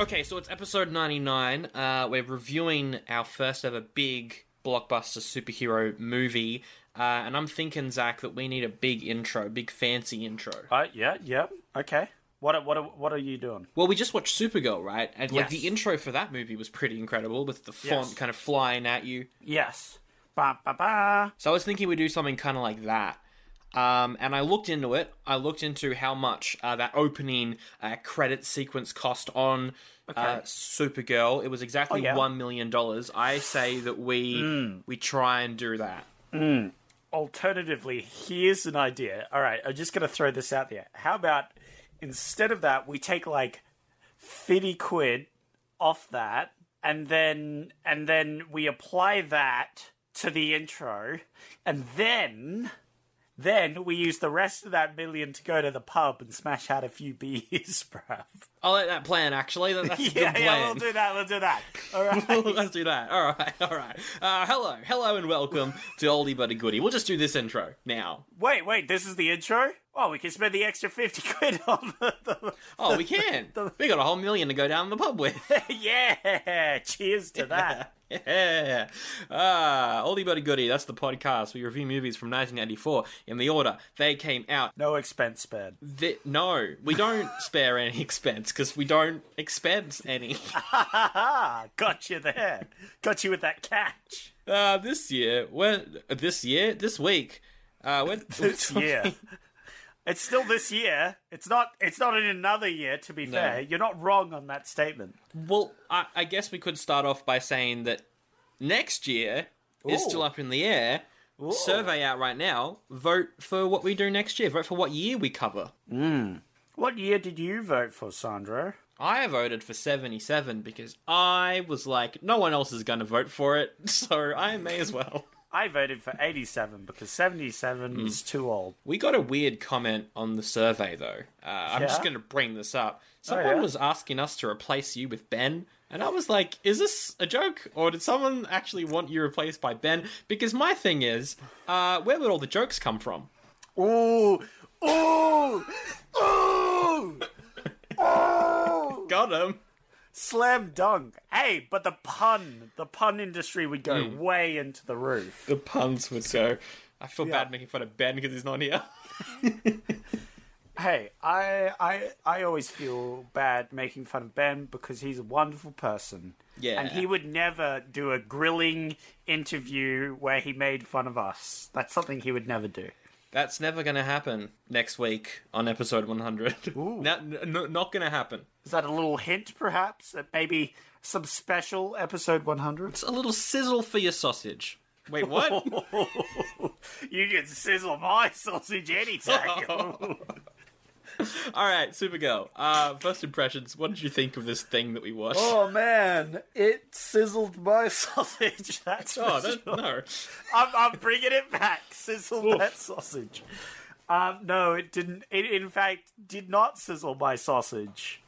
Okay, so it's episode 99. Uh, we're reviewing our first ever big blockbuster superhero movie. Uh, and I'm thinking, Zach, that we need a big intro, big fancy intro. Uh, yeah, yeah, okay. What are- what are- what are you doing? Well, we just watched Supergirl, right? And like Yes. the intro for that movie was pretty incredible with the font Yes. kind of flying at you. Yes. Ba ba ba. So I was thinking we do something kind of like that. Um, and I looked into it. I looked into how much uh, that opening uh, credit sequence cost on uh, Supergirl. It was exactly Oh, yeah. Hmm. one million dollars. I say that we we try and do that. Alternatively, here's an idea. All right, I'm just gonna throw this out there. How about instead of that, we take like fifty quid off that, and then and then we apply that to the intro, and then then we use the rest of that million to go to the pub and smash out a few beers, bruv. I'll let that plan actually. That, that's a good Yeah, plan. yeah, we'll do that. We'll do that. All right. Let's do that. All right, all right. Uh, hello, hello, and welcome to Oldie But a Goodie. We'll just do this intro now. Wait, wait, this is the intro? Well, we can spend the extra 50 quid on the. the- Oh, we can. we got a whole million to go down the pub with. yeah! Cheers to that. Yeah. Ah, Oldie But a Goodie, that's the podcast. We review movies from 1994 in the order they came out. No expense spared. Th- no, we don't spare any expense because we don't expense any. Ah, got you there. Got you with that catch. Uh, this year, when, this year, this week, uh, when, This year. It's still this year. It's not it's not in another year to be fair. You're not wrong on that statement. Well, I, I guess we could start off by saying that next year is Ooh. still up in the air. Survey out right now. Vote for what we do next year. Vote for what year we cover. What year did you vote for, Sandro? I voted for 77 because I was like, no one else is going to vote for it, so I may as well. I voted for 87 because 77 is too old. We got a weird comment on the survey, though. Uh, I'm just Yeah? Oh, going to bring this up. Someone yeah? was asking us to replace you with Ben, and I was like, is this a joke? Or did someone actually want you replaced by Ben? Because my thing is, uh, where would all the jokes come from? Ooh! Ooh! Ooh! Ooh! Got him. Slam dunk. Hey, but the pun, the pun industry would go way into the roof. The puns would go. I feel bad making fun of Ben because he's not here. Hey, I, I, I always feel bad making fun of Ben because he's a wonderful person. Yeah. And he would never do a grilling interview where he made fun of us. That's something he would never do. That's never going to happen next week on episode 100. Not, n- not going to happen. Is that a little hint, perhaps, that maybe some special episode 100? It's a little sizzle for your sausage. Wait, what? you can sizzle my sausage anytime. All right, Supergirl. Uh, first impressions. What did you think of this thing that we watched? Oh man, it sizzled my sausage. That's Oh, for sure. that, no. I'm, I'm bringing it back. Sizzle that sausage. Um, no, it didn't. It in fact did not sizzle my sausage.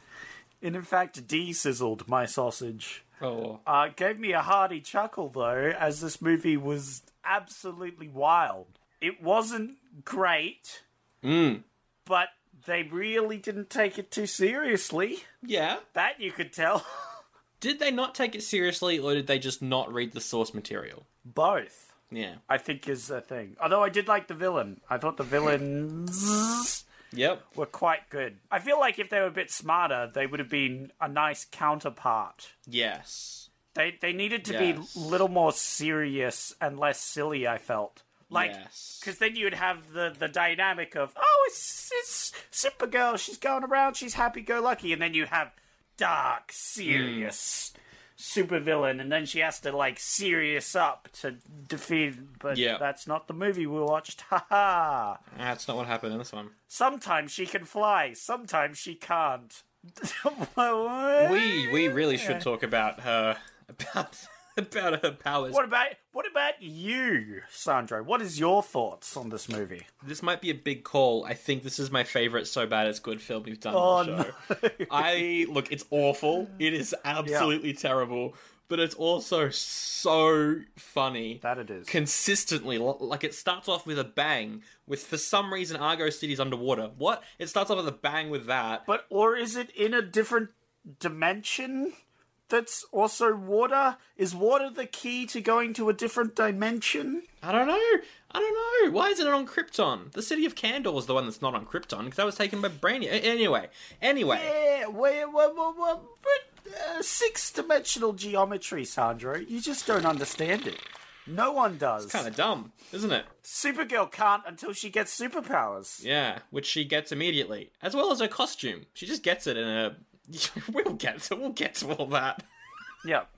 It in fact de-sizzled my sausage. Oh, Uh, it gave me a hearty chuckle though, as this movie was absolutely wild. It wasn't great, but they really didn't take it too seriously. yeah. That you could tell. Did they not take it seriously, or did they just not read the source material? Both. Yeah. I think is the thing. Although I did like the villain. I thought the villains Yep. were quite good. I feel like if they were a bit smarter, they would have been a nice counterpart. Yes. They they needed to Yes. be a little more serious and less silly, I felt. Like Yes. cuz then you would have the the dynamic of, "Oh, it's, it's Supergirl. She's going around. She's happy-go-lucky." And then you have dark, serious Hmm. supervillain, and then she has to like serious up to defeat. But Yeah. that's not the movie we watched. Ha ha! That's not what happened in this one. Sometimes she can fly. Sometimes she can't. We we really should talk about her about about her powers. What about what about you, Sandro? What is your thoughts on this movie? This might be a big call. I think this is my favorite so bad it's good film we've done Oh, on the show. I look, it's awful. It is absolutely terrible, but it's also so funny. That it is. consistently l- like it starts off with a bang with for some reason Argo City's underwater. What? It starts off with a bang with that. But or is it in a different dimension that's also water? Is water the key to going to a different dimension? I don't know. I don't know. Why isn't it on Krypton? The city of Kandor is the one that's not on Krypton because that was taken by Brainy. Anyway, anyway. Yeah, wait, wait, wait, wait, but uh, six dimensional geometry, Sandro. You just don't understand it. No one does. Kind of dumb, isn't it? Supergirl can't until she gets superpowers. Yeah, which she gets immediately, as well as her costume. She just gets it in a. we'll get to we'll get to all that. Yep.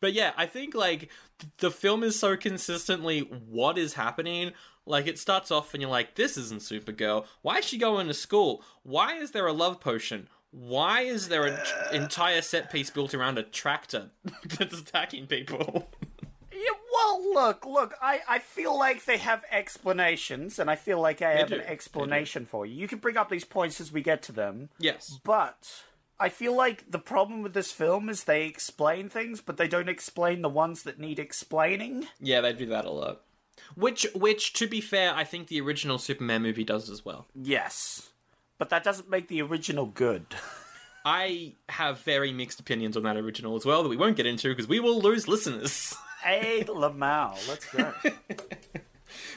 But yeah, I think like th- the film is so consistently what is happening. Like it starts off and you're like, this isn't Supergirl. Why is she going to school? Why is there a love potion? Why is there an entire set piece built around a tractor that's attacking people? Yeah, well, look, look, I, I feel like they have explanations, and I feel like I have do. an They do. explanation for you. You can bring up these points as we get to them. yes. But I feel like the problem with this film is they explain things, but they don't explain the ones that need explaining. Yeah, they do that a lot. Which, which, to be fair, I think the original Superman movie does as well. Yes. But that doesn't make the original good. I have very mixed opinions on that original as well that we won't get into because we will lose listeners. hey, Lamau, let's go.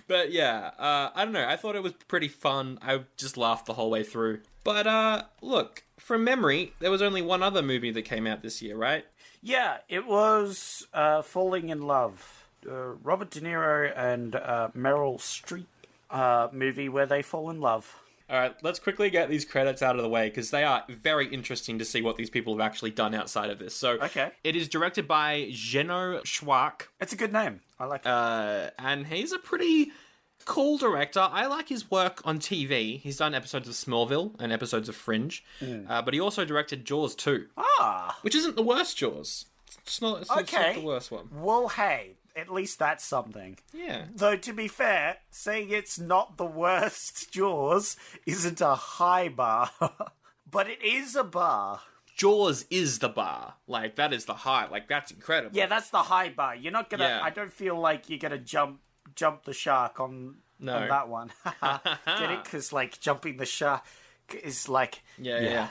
But yeah, uh, I don't know. I thought it was pretty fun. I just laughed the whole way through. But uh, look, from memory, there was only one other movie that came out this year, right? yeah, it was uh, Falling in Love. Uh, Robert De Niro and uh, Meryl Streep uh, movie where they fall in love. All right, let's quickly get these credits out of the way because they are very interesting to see what these people have actually done outside of this. So, Okay. it is directed by Geno Schwark, It's a good name. I like it. uh, and he's a pretty cool director. I like his work on TV. He's done episodes of Smallville and episodes of Fringe, Mm. uh, but he also directed Jaws 2. Ah! Which isn't the worst Jaws. It's not, it's not- it's not Okay. the worst one. well, hey, at least that's something. Yeah. Though, to be fair, saying it's not the worst Jaws isn't a high bar, but it is a bar. Jaws is the bar. Like, that is the high. Like, that's incredible. Yeah, that's the high bar. You're not gonna. Yeah. I don't feel like you're gonna jump jump the shark on No. on that one. Get it? Because like jumping the shark is like Yeah, yeah. yeah.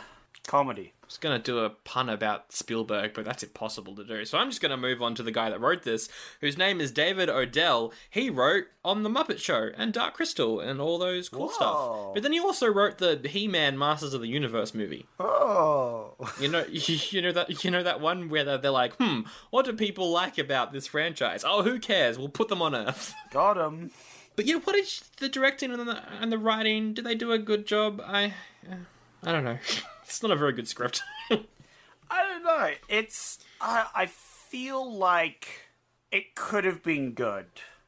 comedy. I was going to do a pun about Spielberg, but that's impossible to do. So I'm just going to move on to the guy that wrote this, whose name is David Odell. He wrote On The Muppet Show and Dark Crystal and all those cool stuff. But then he also wrote the He-Man Masters of the Universe movie. Oh, You know, you know that you know that one where they're, they're like, "Hmm, what do people like about this franchise?" Oh, who cares? We'll put them on Earth. got him. But yeah, what is the directing and the, and the writing? Do they do a good job? I, uh, I don't know. it's not a very good script. I don't know. It's I I feel like it could have been good,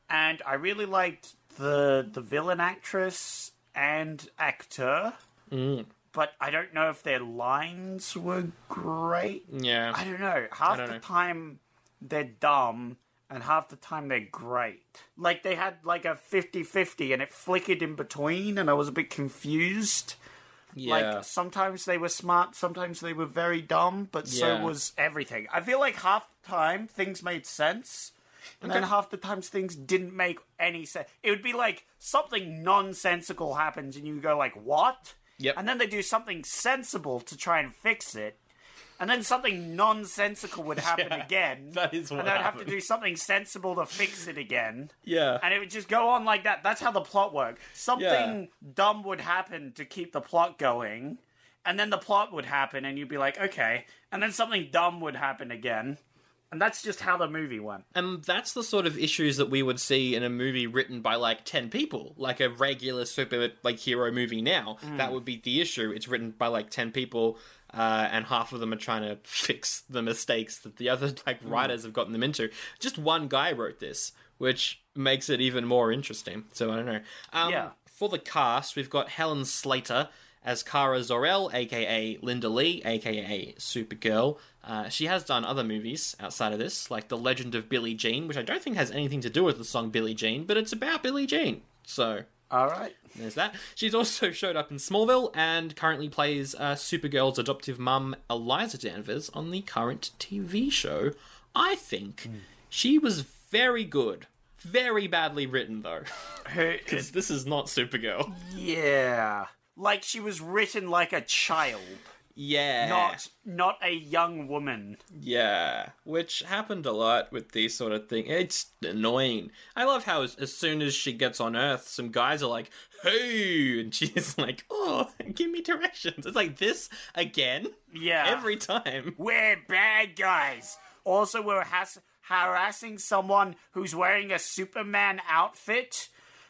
and I really liked the the villain actress and actor. Mm. But I don't know if their lines were great. yeah. I don't know. Half don't the know. time they're dumb, and half the time they're great. Like they had like a 50-50 and it flickered in between, and I was a bit confused. yeah. Like sometimes they were smart, sometimes they were very dumb, but Yeah. so was everything. I feel like half the time things made sense, and then half the times things didn't make any sense. It would be like something nonsensical happens, and you go like, "What?" Yep. And then they do something sensible to try and fix it. And then something nonsensical would happen again. that is what And they'd have to happened. do something sensible to fix it again. Yeah. And it would just go on like that. That's how the plot worked. Something dumb would happen to keep the plot going, and then the plot would happen, and you'd be like, okay. And then something dumb would happen again, And that's just how the movie went. And that's the sort of issues that we would see in a movie written by like 10 people, like a regular super like hero movie now. That would be the issue. It's written by like 10 people uh, and half of them are trying to fix the mistakes that the other like writers have gotten them into. Just one guy wrote this, which makes it even more interesting. So I don't know. Um, Yeah. For the cast, we've got Helen Slater as Kara Zor-El, aka Linda Lee, aka Supergirl. Uh, she has done other movies outside of this, like The Legend of Billie Jean, which I don't think has anything to do with the song Billie Jean, but it's about Billie Jean. So All right. there's that. She's also showed up in Smallville and currently plays uh, Supergirl's adoptive mum, Eliza Danvers, on the current TV show. I think Hmm. she was very good. Very badly written, though. Because this is not Supergirl. Yeah. Like she was written like a child, Yeah. not not a young woman. Yeah, which happened a lot with these sort of thing. It's annoying. I love how as, as soon as she gets on Earth, some guys are like, "Hey," and she's like, "Oh, give me directions." It's like this again. Yeah. every time. We're bad guys. Also, we're has- harassing someone who's wearing a Superman outfit,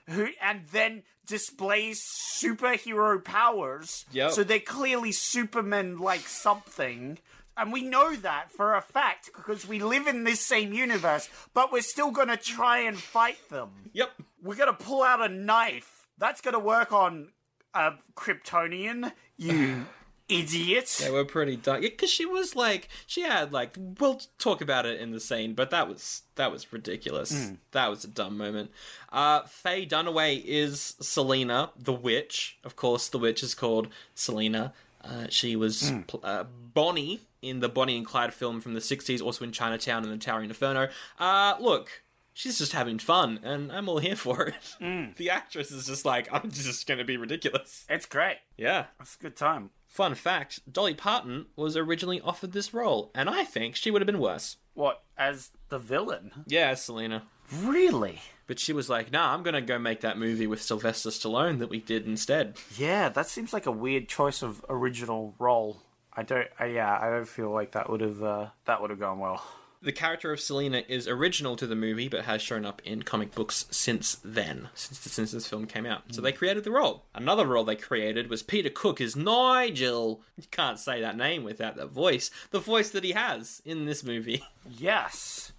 who and then displays superhero powers. Yep. So they're clearly Superman like something. And we know that for a fact because we live in this same universe, but we're still gonna try and fight them. Yep. We're gonna pull out a knife. That's gonna work on a Kryptonian, you idiot. They were pretty dark. Because she was like, she had like, we'll talk about it in the scene, but that was that was ridiculous. That was a dumb moment. Uh, Faye Dunaway is Selena, the witch. Of course, the witch is called Selena. Uh, she was pl- uh, Bonnie in the Bonnie and Clyde film from the 60s, also in Chinatown and the Towering Inferno. Uh, look. She's just having fun, and I'm all here for it. The actress is just like, I'm just gonna be ridiculous. It's great. Yeah. It's a good time. Fun fact Dolly Parton was originally offered this role, and I think she would have been worse. What, as the villain? Yeah, Selena. Really? But she was like, nah, I'm gonna go make that movie with Sylvester Stallone that we did instead. Yeah, that seems like a weird choice of original role. I don't. I, yeah, I don't feel like that would have. Uh, that would have gone well. The character of Selena is original to the movie, but has shown up in comic books since then, since, since this film came out. So they created the role. Another role they created was Peter Cook as Nigel. You can't say that name without that voice. The voice that he has in this movie. Yes,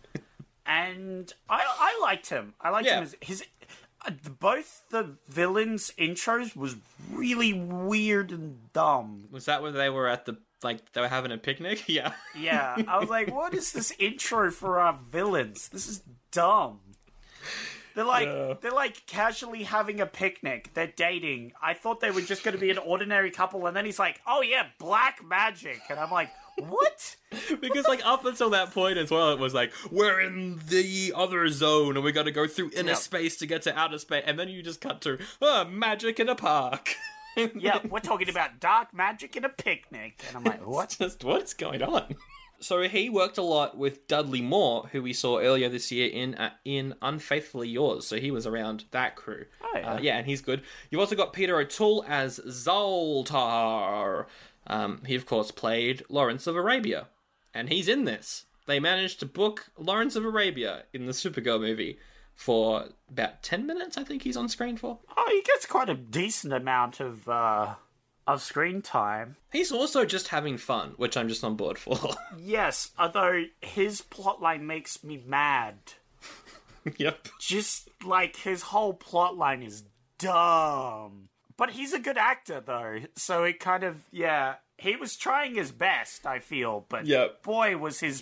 and I. I liked him. I liked Yeah. him. As, his uh, both the villains' intros was really weird and dumb. Was that where they were at the, like, they were having a picnic? Yeah. Yeah, I was like, what is this intro for our villains? This is dumb. They're like they're like casually having a picnic. They're dating. I thought they were just going to be an ordinary couple, and then he's like, "Oh yeah, black magic," and I'm like, "What?" Because like up until that point as well, it was like we're in the other zone and we got to go through inner Yeah. space to get to outer space, and then you just cut to oh, magic in a park. yeah, we're talking about dark magic and a picnic, and I'm like, "What?" just what's going on? So he worked a lot with Dudley Moore, who we saw earlier this year in uh, in Unfaithfully Yours. So he was around that crew. Oh yeah. uh, yeah, and he's good. You've also got Peter O'Toole as Zoltar. Um, he of course played Lawrence of Arabia, and he's in this. They managed to book Lawrence of Arabia in the Supergirl movie for about ten minutes. I think he's on screen for. Oh, he gets quite a decent amount of uh, of screen time. He's also just having fun, which I'm just on board for. Yes, although his plotline makes me mad. yep. just like his whole plot line is dumb. But he's a good actor though, so it kind of yeah. He was trying his best, I feel, but Yep. boy was his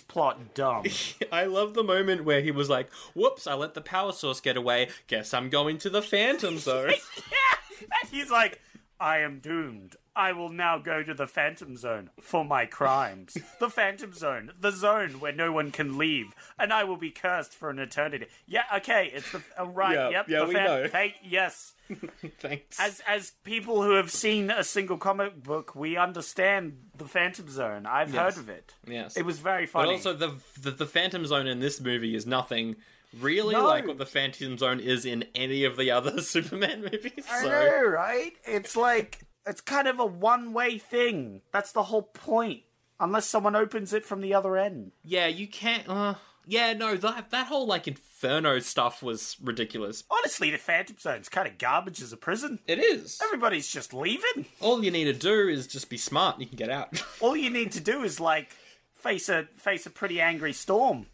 plot dumb. I love the moment where he was like, "Whoops, I let the power source get away. Guess I'm going to the Phantom Zone." and he's like, I am doomed. I will now go to the Phantom Zone for my crimes. the Phantom Zone, the zone where no one can leave, and I will be cursed for an eternity. Yeah, okay, it's the oh, right. Yeah, yep, yeah, the we Phan- know. Thank, yes. Thanks. as as people who have seen a single comic book, we understand the Phantom Zone. I've heard of it. Yes. it was very but funny. also, the, the the Phantom Zone in this movie is nothing really No. like what the Phantom Zone is in any of the other Superman movies. I so- know, right? It's like it's kind of a one way thing. That's the whole point. unless someone opens it from the other end. Yeah, you can't. Uh, yeah, no, that that whole like Inferno stuff was ridiculous. Honestly, the Phantom Zone's kind of garbage as a prison. It is. Everybody's just leaving. All you need to do is just be smart. and You can get out. All you need to do is like face a face a pretty angry storm.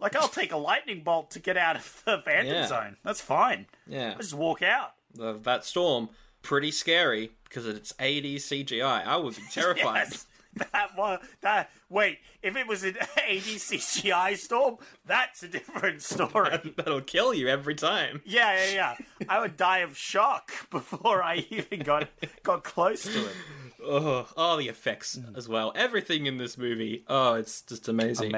Like I'll take a lightning bolt to get out of the Phantom Yeah. Zone. That's fine. yeah, I just walk out. The- that storm pretty scary because it's 80 CGI. I would be terrified. Yes. That one. That wait. If it was an ADCGI storm, that's a different story. That'll kill you every time. Yeah, yeah, yeah. I would die of shock before I even got got close to it. Oh, oh, the effects as well. Everything in this movie. Oh, it's just amazing.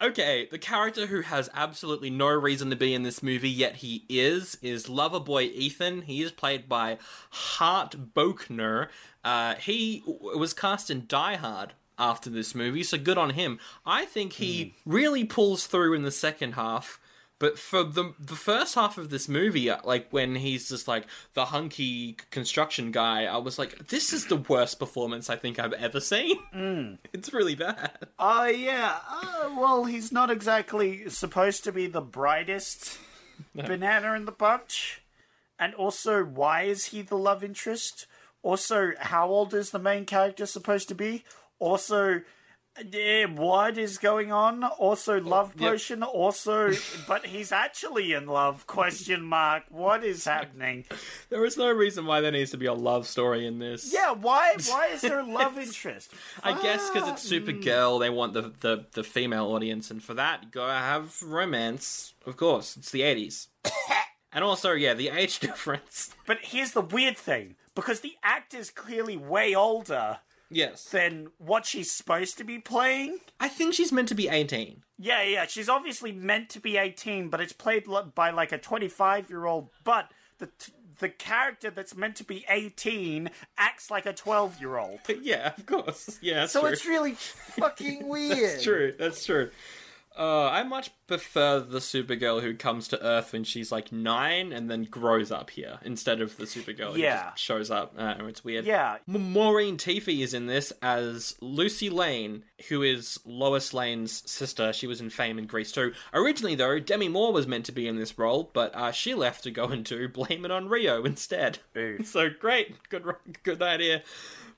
Okay, the character who has absolutely no reason to be in this movie, yet he is, is lover boy Ethan. He is played by Hart Bochner. Uh, he w- was cast in Die Hard after this movie, so good on him. I think he really pulls through in the second half. But for the the first half of this movie, uh, like when he's just like the hunky construction guy, I was like, this is the worst performance I think I've ever seen. It's really bad. Oh yeah. Uh, well, he's not exactly supposed to be the brightest banana in the bunch. And also, why is he the love interest? Also, how old is the main character supposed to be? Also, eh, what is going on? Oh, Also, love yep. potion. Also, but he's actually in love? Question mark. What is happening? There is no reason why there needs to be a love story in this. Yeah, why? Why is there a love interest? Uh, I guess because it's Supergirl, they want the, the, the female audience, and for that, you gotta have romance. Of course, it's the 80s. and also, yeah, the age difference. But here's the weird thing because the actor's clearly way older Yes. than what she's supposed to be playing. I think she's meant to be 18. Yeah, yeah, she's obviously meant to be 18, but it's played lo- by like a 25 year old, but the. T- the character that's meant to be 18 acts like a 12 year old. yeah, of course. Yeah, that's So true. it's really fucking weird. That's true. That's true. Uh, I much prefer the Supergirl who comes to Earth when she's like nine and then grows up here instead of the Supergirl who Yeah. just shows up. Uh, it's weird. Yeah. M- Maureen Tiffey is in this as Lucy Lane, who is Lois Lane's sister. She was in Fame and Grease too. Originally, though, Demi Moore was meant to be in this role, but uh, she left to go and do Blame It on Rio instead. So great, good, ro- good idea.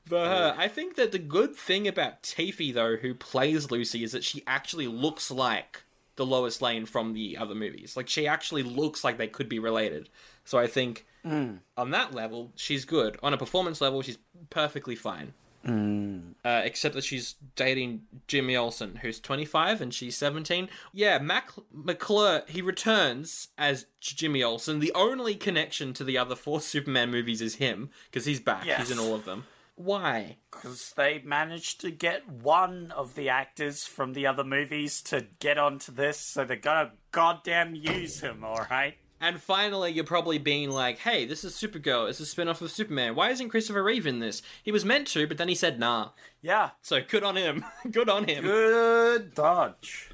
But uh, I think that the good thing about Tiffey, though, who plays Lucy, is that she actually looks like the Lois Lane from the other movies. Like she actually looks like they could be related. So I think on that level, she's good. On a performance level, she's perfectly fine. Uh, except that she's dating Jimmy Olsen, who's 25 and she's 17. Yeah, Mac McClure, he returns as J- Jimmy Olsen. The only connection to the other four Superman movies is him, because he's back. Yes. He's in all of them. Why? Because they managed to get one of the actors from the other movies to get onto this, so they're gonna goddamn use him, alright? And finally, you're probably being like, hey, this is Supergirl. It's a spin off of Superman. Why isn't Christopher Reeve in this? He was meant to, but then he said nah. Yeah. So good on him. good on him. Good dodge.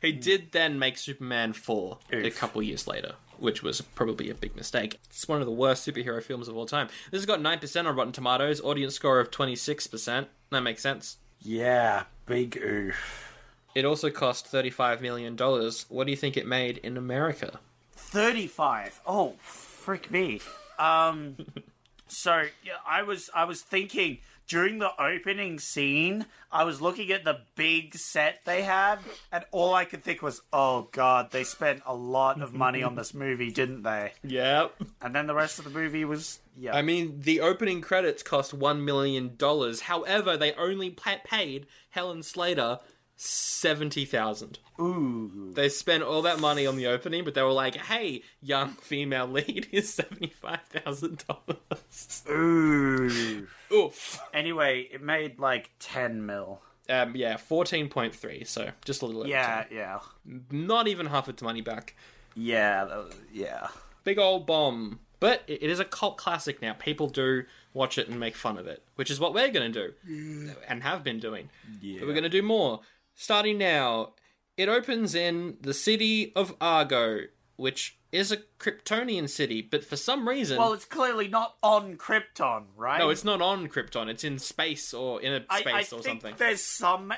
He did then make Superman 4 a couple years later, which was probably a big mistake. It's one of the worst superhero films of all time. This has got 9% on Rotten Tomatoes, audience score of 26%. That makes sense. Yeah, big oof. It also cost $35 million. What do you think it made in America? 35. Oh, frick me. Um, so yeah, I was I was thinking during the opening scene, I was looking at the big set they have, and all I could think was, "Oh God, they spent a lot of money on this movie, didn't they?" Yeah. And then the rest of the movie was, yeah, I mean, the opening credits cost $1 million. However, they only pa- paid Helen Slater 70000 ooh, They spent all that money on the opening, but they were like, hey, young female lead is $75,000. ooh. Oof. Anyway, it made like ten mil. Um, yeah, 14.3, so just a little over Yeah, yeah, 10. Not even half its money back. yeah, that was- yeah. Big old bomb. But it it is a cult classic now. People do watch it and make fun of it, which is what we're going to do and have been doing. But We're going to do more. Starting now, it opens in the city of Argo, which is a Kryptonian city, but for some reason, Well, Oh, it's clearly not on Krypton, right? no, it's not on Krypton. It's in space or in a I, space I or think something. there's some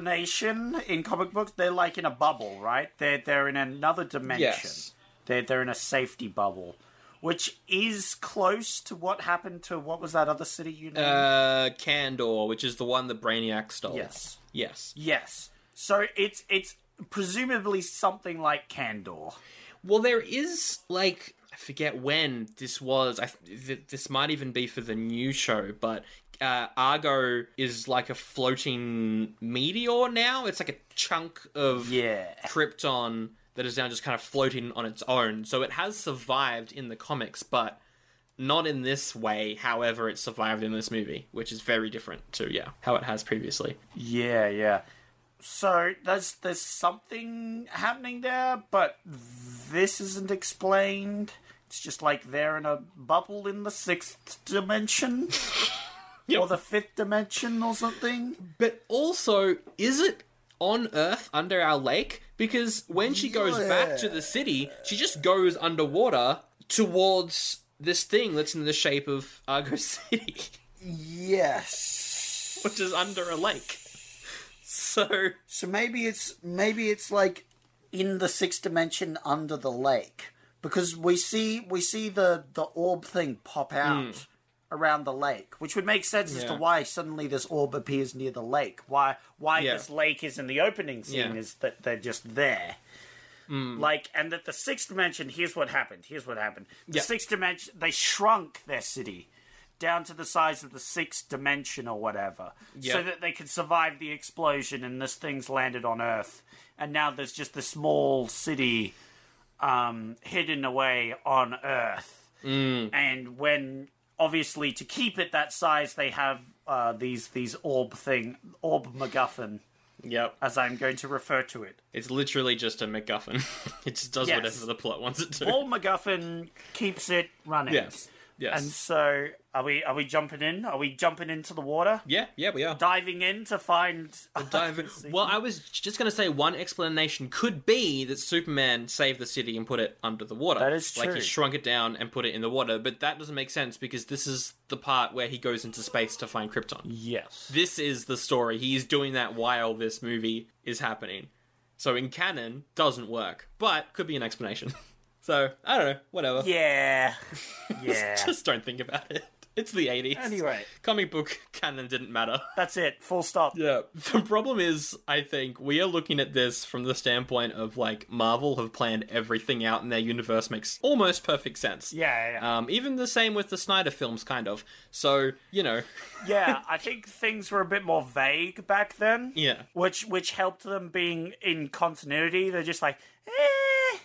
explanation in comic books. They're like in a bubble, right? They're they're in another dimension. Yes. They're they're in a safety bubble, which is close to what happened to what was that other city you named? Uh, Kandor, which is the one that Brainiac stole. Yes. Yes. yes. So it's it's presumably something like Candor. Well, there is like I forget when this was. I th- this might even be for the new show, but uh, Argo is like a floating meteor now. It's like a chunk of Yeah. Krypton that is now just kind of floating on its own. So it has survived in the comics, but not in this way. However, it survived in this movie, which is very different to yeah how it has previously. Yeah, yeah. So there's there's something happening there, but this isn't explained. It's just like they're in a bubble in the sixth dimension. Or the fifth dimension or something. But also, is it on Earth under our lake? Because when she goes back to the city, she just goes underwater towards this thing that's in the shape of Argo City, Yes. which is under a lake. So So maybe it's maybe it's like in the sixth dimension under the lake because we see we see the the orb thing pop out around the lake, which would make sense as to Hmm. Yeah. why suddenly this orb appears near the lake. Why why Yeah. this lake is in the opening scene Yeah. Hmm. is that they're just there. Like and that the sixth dimension. Here's what happened. Here's what happened. The Yeah. sixth dimension. They shrunk their city down to the size of the sixth dimension or whatever, so Yeah. that they could survive the explosion and this thing's landed on Earth, and now there's just the small city um, hidden away on Earth. Mm. And when obviously to keep it that size, they have uh, these these orb thing, orb MacGuffin, yep, as I'm going to refer to it. it's literally just a MacGuffin. it just does Yes. whatever the plot wants it to. Orb MacGuffin keeps it running. yes, yes, And so, are we are we jumping in? Are we jumping into the water? yeah, yeah, we are. Diving in to find dive in. Well, I was just going to say one explanation could be that Superman saved the city and put it under the water. That is Like true. he shrunk it down and put it in the water, but that doesn't make sense because this is the part where he goes into space to find Krypton. yes. This is the story. He is doing that while this movie is happening. So in canon, doesn't work, but could be an explanation. so I don't know, whatever. Yeah. Yeah. Just don't think about it. It's the 80s. Anyway. Comic book canon didn't matter. That's it. Full stop. Yeah. The problem is, I think we are looking at this from the standpoint of like Marvel have planned everything out, and their universe makes almost perfect sense. Yeah, yeah, yeah. Um, even the same with the Snyder films, kind of. So you know, Yeah, I think things were a bit more vague back then. Yeah. Which which helped them being in continuity. They're just like, eh,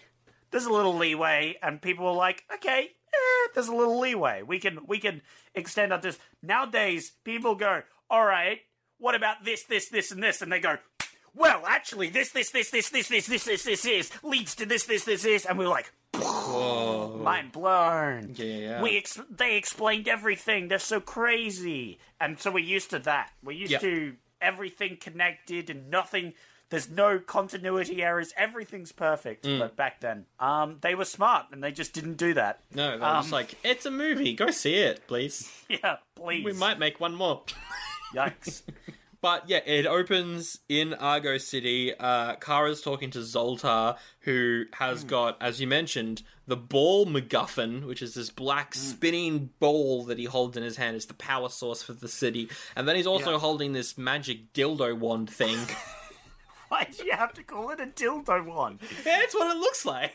there's a little leeway, and people were like, okay, eh, there's a little leeway. We can we can extend out this. Nowadays, people go, all right, what about this, this, this, and this, and they go. Well, actually, this, this, this, this, this, this, this, this, this, this leads to this, this, this, this, and we're like, mind blown. yeah. We ex- they explained everything. They're so crazy, and so we're used to that. We're used Yeah. to everything connected and nothing. There's no continuity errors. Everything's perfect. Mm. But back then, um, they were smart and they just didn't do that. no, they're Um. just like it's a movie. Go see it, please. Yeah, please. We might make one more. Yikes. But yeah, it opens in Argo City. Uh, Kara's talking to Zoltar, who has Hmm. got, as you mentioned, the ball MacGuffin, which is this black Hmm. spinning ball that he holds in his hand. It's the power source for the city. And then he's also holding this magic dildo wand thing. Why do you have to call it a dildo wand? yeah, that's what it looks like.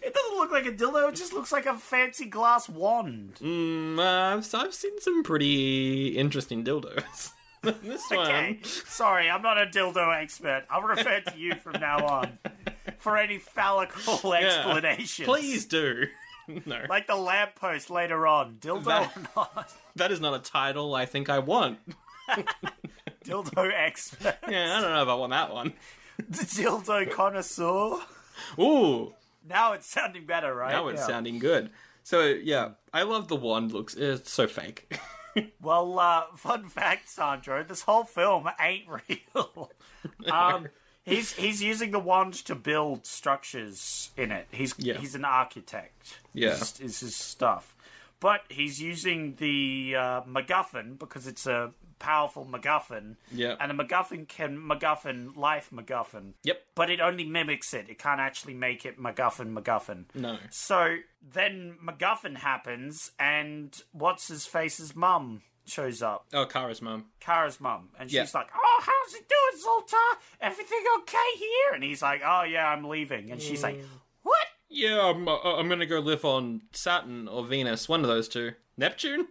It doesn't look like a dildo. It just looks like a fancy glass wand. Mm, uh, so I've seen some pretty interesting dildos. this Okay. one. Sorry, I'm not a dildo expert. I'll refer to you from now on for any phallical explanations. Please do. no. Like the lamppost later on. Dildo That- or not. that is not a title I think I want. Dildo expert. Yeah, I don't know if I want that one. The dildo connoisseur. Ooh. Now it's sounding better, right? Now it's Yeah. sounding good. So yeah, I love the wand looks. It's so fake. Well, uh, fun fact, Sandro, this whole film ain't real. Um, He's he's using the wand to build structures in it. He's Yeah. he's an architect. Yeah. is, is his stuff. But he's using the uh, MacGuffin because it's a powerful MacGuffin. Yeah. and a MacGuffin can MacGuffin life MacGuffin. Yep. but it only mimics it. It can't actually make it MacGuffin MacGuffin. No. So then MacGuffin happens, and what's his face's mum shows up. Oh, Kara's mum. Kara's mum, and she's Yeah. like, "Oh, how's it doing, Zoltar? Everything okay here?" And he's like, "Oh yeah, I'm leaving." And she's Mm. like, "What?" Yeah, I'm, uh, I'm gonna go live on Saturn or Venus, one of those two. Neptune?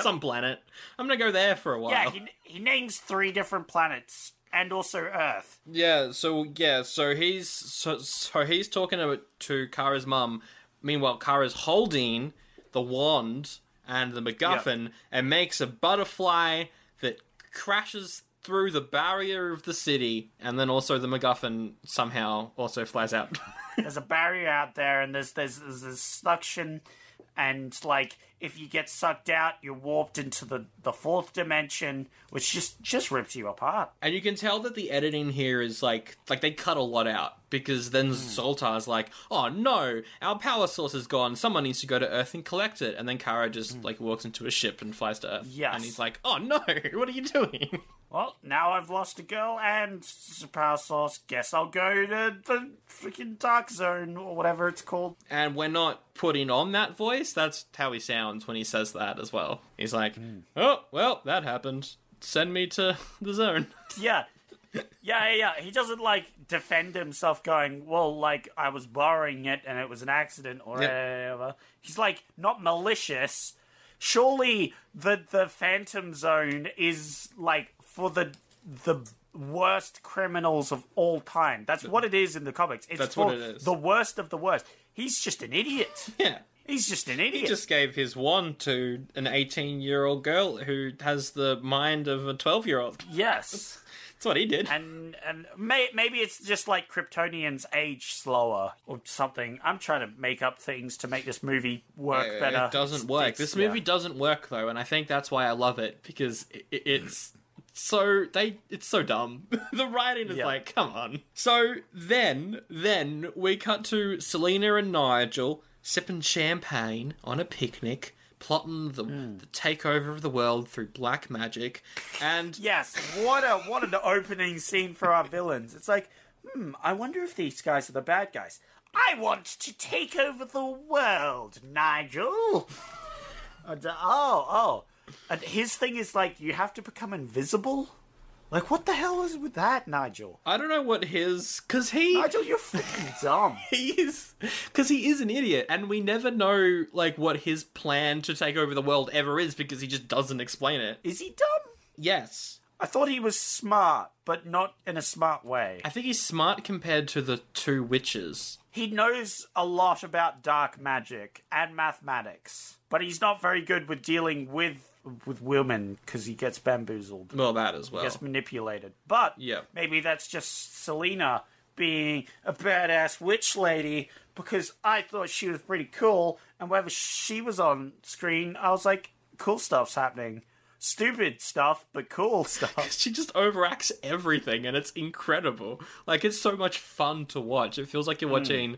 Some planet. I'm gonna go there for a while. Yeah, he, he names three different planets and also Earth. Yeah, so yeah, so he's so, so he's talking about to Kara's mum. Meanwhile, Kara's holding the wand and the MacGuffin and makes a butterfly that crashes through the barrier of the city, and then also the MacGuffin somehow also flies out. There's a barrier out there, and there's there's there's this suction, and like if you get sucked out, you're warped into the the fourth dimension, which just just rips you apart. And you can tell that the editing here is like like they cut a lot out because then Zoltar's like, "Oh no, our power source is gone. Someone needs to go to Earth and collect it." And then Kara just like walks into a ship and flies to Earth. Yes. And he's like, "Oh no, what are you doing?" Well, now I've lost a girl and s- power source. Guess I'll go to the freaking dark zone or whatever it's called. And we're not putting on that voice. That's how he sounds when he says that as well. He's like, "Oh, well, that happened. Send me to the zone." Yeah. Yeah, yeah, yeah. He doesn't like defend himself going, well, like I was borrowing it and it was an accident or Yeah. whatever. He's like not malicious. Surely the the Phantom Zone is like for the the worst criminals of all time. That's what it is in the comics. It's That's for what it is. the worst of the worst. He's just an idiot. yeah. He's just an idiot. He just gave his wand to an 18-year-old girl who has the mind of a 12-year-old. Yes. That's what he did. And and may, maybe it's just like Kryptonians age slower or something. I'm trying to make up things to make this movie work better. It doesn't It's- work. it's- This yeah. movie doesn't work though, and I think that's why I love it because i i- it's so they it's so dumb. the writing is Yeah. like, come on. So then, then we cut to Selena and Nigel sipping champagne on a picnic. Plotting the, the takeover of the world through black magic, and Yes, what a what an opening scene for our villains. It's like, hmm, I wonder if these guys are the bad guys. I want to take over the world, Nigel. And, uh, oh, oh. And his thing is like you have to become invisible. Like what the hell is with that, Nigel? I don't know what his because he Nigel, you're freaking dumb. he is because he is an idiot and we never know like what his plan to take over the world ever is because he just doesn't explain it Is he dumb? yes I thought he was smart, but not in a smart way. i think he's smart compared to the two witches He knows a lot about dark magic and mathematics, but he's not very good with dealing with with women because he gets bamboozled, well that as well gets manipulated. But Oh. Yeah. maybe that's just Selena being a badass witch lady because I thought she was pretty cool, and whenever she was on screen, I was like, cool stuff's happening. Stupid stuff, but cool stuff. she just overacts everything and it's incredible like it's so much fun to watch it feels like you're watching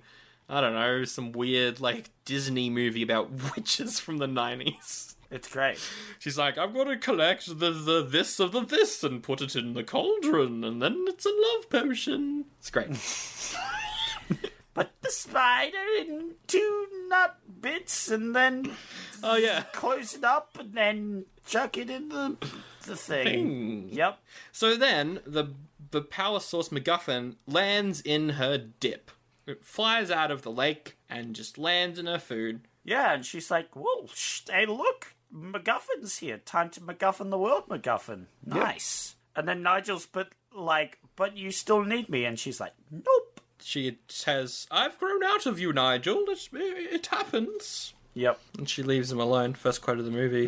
i don't know some weird like disney movie about witches from the 90s It's great. She's like, I've got to collect the, the this of the this and put it in the cauldron, and then it's a love potion. It's great. But the spider in two nut bits and then oh yeah. close it up and then chuck it in the, the thing. Yep. So then the the power source MacGuffin lands in her dip. It flies out of the lake and just lands in her food. Yeah, and she's like, whoa, sh- hey, look, MacGuffin's here. Time to MacGuffin the world, MacGuffin. Nice. And then Nigel's, but like, but you still need me. And she's like, nope. She says, "I've grown out of you, Nigel. It, it happens." Yep. And she leaves him alone. First quote of the movie.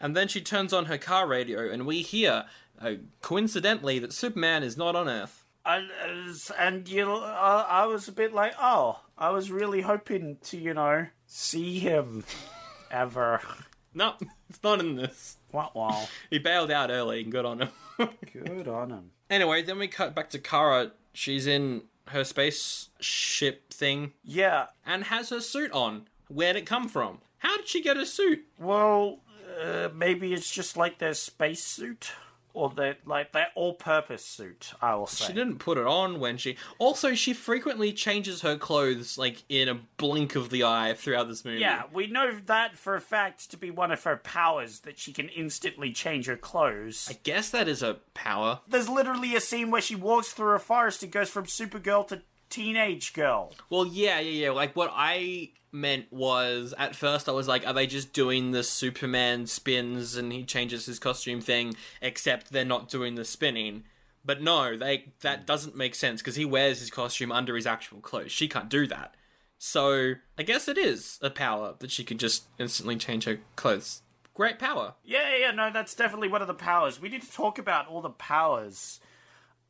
And then she turns on her car radio, and we hear, uh, coincidentally, that Superman is not on Earth. And, and you, I I was a bit like, oh, I was really hoping to, you know, see him ever. No, it's not in this. Wow, wow. He bailed out early and good on him. Good on him. Anyway, then we cut back to Kara. She's in her spaceship thing Yeah. and has her suit on. Where'd it come from? How did she get a suit? Well, uh, maybe it's just like their space suit, or their like their all-purpose suit. I will say. She didn't put it on when she. Also, she frequently changes her clothes like in a blink of the eye throughout this movie. Yeah, we know that for a fact to be one of her powers that she can instantly change her clothes. Guess that is a power. There's literally a scene where she walks through a forest and goes from Supergirl to teenage girl. Well, yeah, yeah, yeah. Like what I meant was at first I was like, are they just doing the Superman spins and he changes his costume thing? Except they're not doing the spinning. But no, they that doesn't make sense because he wears his costume under his actual clothes. She can't do that. So I guess it is a power that she can just instantly change her clothes. Great power. Yeah, yeah, no, that's definitely one of the powers. We need to talk about all the powers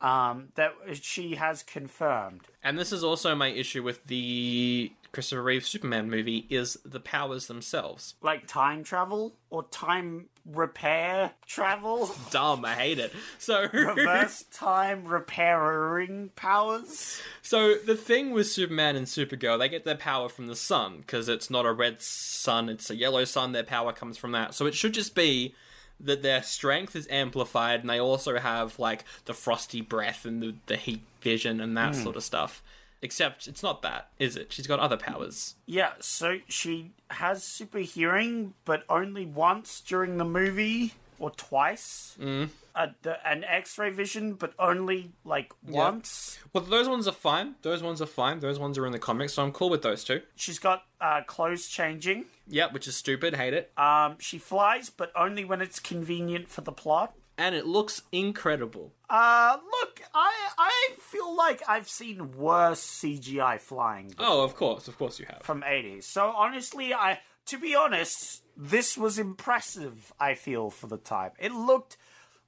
um, that she has confirmed. And this is also my issue with the Christopher Reeve Superman movie is the powers themselves. Like time travel or time repair travel, Dumb, I hate it. So reverse time repairing powers. So the thing with Superman and Supergirl, they get their power from the sun because it's not a red sun, it's a yellow sun. Their power comes from that. So it should just be that their strength is amplified, and they also have like the frosty breath and the, the heat vision and that sort of stuff. Except it's not that, is it? She's got other powers. Yeah, so she has super hearing, but only once during the movie or twice. Mm. Uh, the, an X-ray vision, but only like once. Well, those ones are fine. Those ones are fine. Those ones are in the comics, so I'm cool with those two. She's got uh, clothes changing. Yep, which is stupid. Hate it. Um, she flies, but only when it's convenient for the plot. and it looks incredible. Uh, look, I I feel like I've seen worse CGI flying Oh, of course, of course you have. from '80s. So honestly, I to be honest, this was impressive. I feel for the time, it looked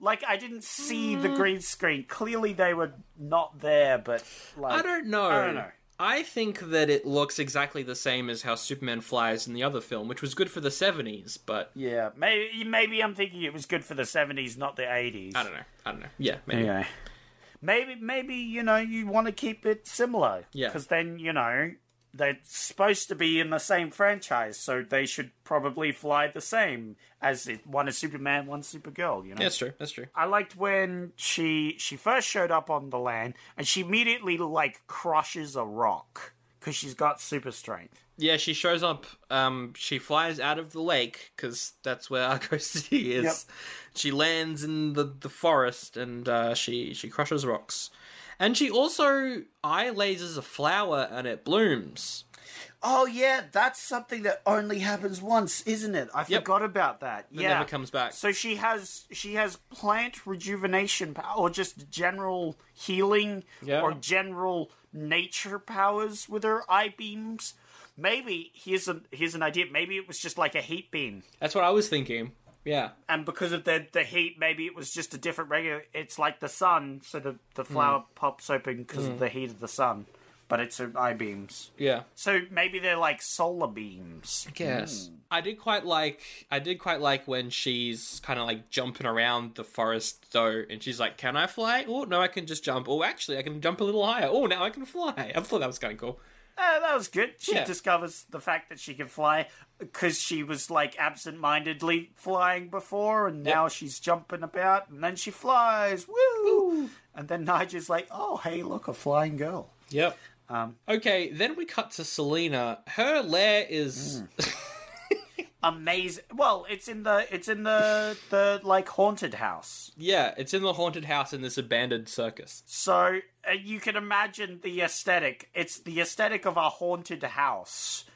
like I didn't see Hmm. the green screen. Clearly, they were not there, but like I don't know. I don't know. I think that it looks exactly the same as how Superman flies in the other film, which was good for the 70s, but Yeah, maybe maybe I'm thinking it was good for the '70s, not the '80s. I don't know. I don't know. Yeah, maybe. Yeah. Maybe, maybe you know you want to keep it similar. Yeah. Because then you know they're supposed to be in the same franchise, so they should probably fly the same as it, one is Superman, one Supergirl. You know. That's true. That's true. I liked when she she first showed up on the land and she immediately like crushes a rock because she's got super strength. Yeah, she shows up. Um, she flies out of the lake because that's where Argo City is. She lands in the, the forest and uh, she she crushes rocks, and she also eye lasers a flower and it blooms. Oh yeah, that's something that only happens once, isn't it? I Yep. forgot about that. It yeah. never comes back. So she has she has plant rejuvenation pow- or just general healing Yeah. or general nature powers with her eye beams. Maybe here's an here's an idea. Maybe it was just like a heat beam, That's what I was thinking. Yeah. and because of the the heat, maybe it was just a different regular. It's like the sun, so the the flower pops open because of the heat of the sun, but it's her eye beams. Yeah. So maybe they're like solar beams. Yes. I did quite like I did quite like when she's kind of like jumping around the forest though and she's like, "Can I fly?" Oh, no, I can just jump. Oh, actually, I can jump a little higher. Oh, now I can fly. I thought that was kind of cool. Uh, that was good. She Yeah. discovers the fact that she can fly because she was like absent-mindedly flying before, and now she's jumping about, and then she flies. Woo! And then Nigel's like, "Oh, hey, look, a flying girl." Yep. Um, okay, then we cut to Selena. Her lair is Amazing. Well, it's in the it's in the the like haunted house, yeah, it's in the haunted house in this abandoned circus. so uh, you can imagine the aesthetic. It's the aesthetic of a haunted house,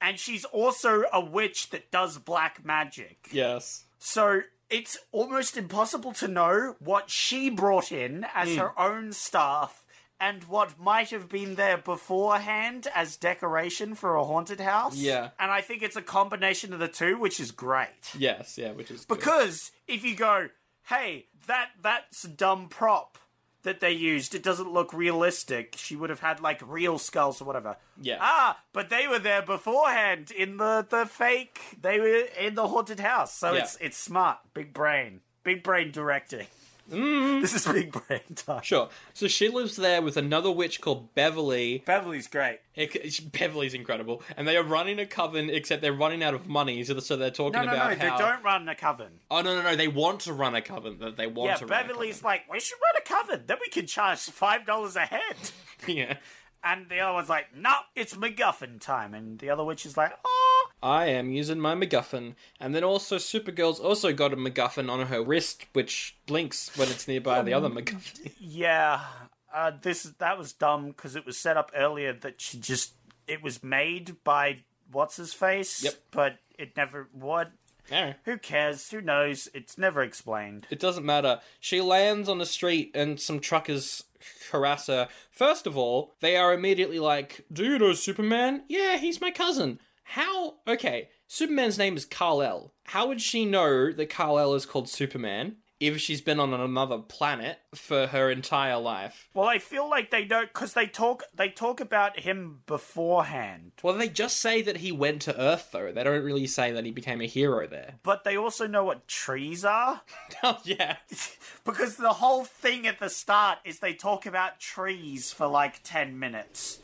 and she's also a witch that does black magic. Yes. So it's almost impossible to know what she brought in as her own staff and what might have been there beforehand as decoration for a haunted house. Yeah. And I think it's a combination of the two, which is great. Yes, yeah, which is good. Because if you go, hey, that that's a dumb prop that they used, it doesn't look realistic. She would have had like real skulls or whatever. Yeah. Ah, but they were there beforehand in the the fake. They were in the haunted house, so it's it's smart, big brain, big brain directing. Mm-hmm. This is big brain time. Sure. So she lives there with another witch called Beverly. Beverly's great. It- Beverly's incredible, and they are running a coven. Except they're running out of money, so so they're talking No, no, about no. how. They don't run a coven. Oh no, no, no! They want to run a coven. That they want Yeah, to. Beverly's like, we should run a coven. Then we can charge five dollars a head. Run a coven. yeah. And the other one's like, no, it's MacGuffin time. And the other witch is like, oh, I am using my MacGuffin, and then also Supergirl's also got a MacGuffin on her wrist, which blinks when it's nearby the Um, other MacGuffin. yeah. Uh, this that was dumb because it was set up earlier that she just it was made by what's his face. Yep. But it never what. Alright. Who cares? Who knows? It's never explained. It doesn't matter. She lands on the street and some truckers harass her. First of all, they are immediately like, Do you know Superman? Yeah, he's my cousin. How? Okay, Superman's name is Kal-El. How would she know that Kal-El is called Superman if she's been on another planet for her entire life? Well, I feel like they don't because they talk they talk about him beforehand, Well, they just say that he went to Earth, though. They don't really say that he became a hero there. but they also know what trees are. oh, yeah. Because the whole thing at the start is they talk about trees for like 10 minutes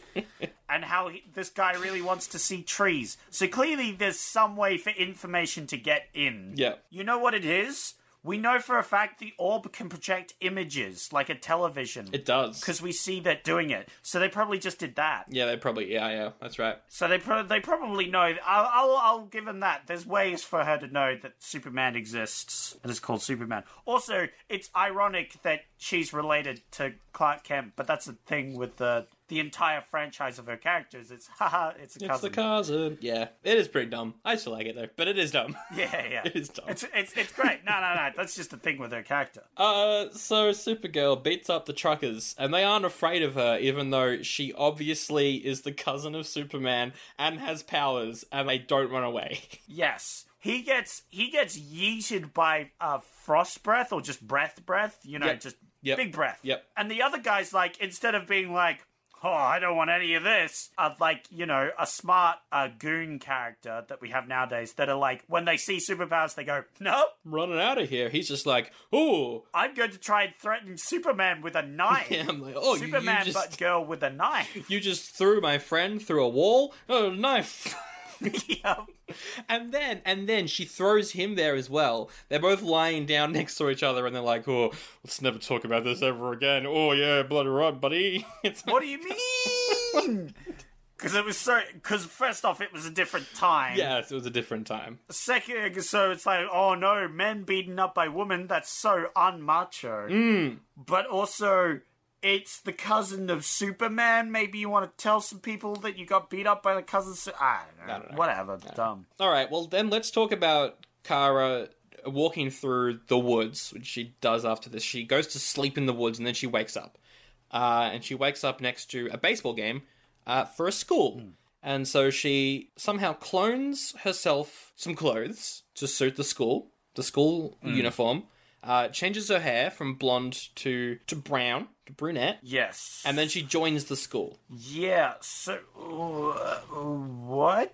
and how he, this guy really wants to see trees. So clearly, there's some way for information to get in. Yeah. You know what it is? We know for a fact the orb can project images like a television. It does. Because we see that doing it. So they probably just did that. Yeah, they probably. Yeah, yeah, that's right. So they pro- they probably know. I'll, I'll I'll give them that. There's ways for her to know that Superman exists and it's called Superman. Also, it's ironic that she's related to Clark Kent, but that's the thing with the the entire franchise of her characters. It's haha, it's a It's cousin. the cousin. Yeah, it is pretty dumb. I still like it though, but it is dumb. yeah, yeah, It is dumb. It's it's it's great. No, no, no. That's just the thing with her character. Uh, so Supergirl beats up the truckers, and they aren't afraid of her, even though she obviously is the cousin of Superman and has powers, and they don't run away. Yes. He gets he gets yeeted by uh, frost breath or just breath breath, you know, Yep. just Yep. big breath. Yep. And the other guy's like, instead of being like, "Oh, I don't want any of this," uh, like you know, a smart uh, goon character that we have nowadays that are like, when they see superpowers, they go, "Nope, I'm running out of here. He's just like, ooh. I'm going to try and threaten Superman with a knife." Yeah, I'm like, oh, you- Superman, you but just girl with a knife. you just threw my friend through a wall. Oh, knife. yep. And then, and then she throws him there as well. They're both lying down next to each other, and they're like, "Oh, let's never talk about this ever again." Oh yeah, bloody right, buddy. It's What do you mean? Because it was so. Because first off, it was a different time. yes, it was a different time. Second, so it's like, oh no, men beaten up by women, that's so unmacho. But also, it's the cousin of Superman. Maybe you want to tell some people that you got beat up by the cousin. Su- I, don't know. Whatever, dumb. All right, well then let's talk about Kara walking through the woods, which she does after this. She goes to sleep in the woods, and then she wakes up, uh, and she wakes up next to a baseball game uh, for a school. And so she somehow clones herself some clothes to suit the school, the school uniform. Uh, changes her hair from blonde to to brown to brunette, Yes. and then she joins the school. Yeah, so. uh, what?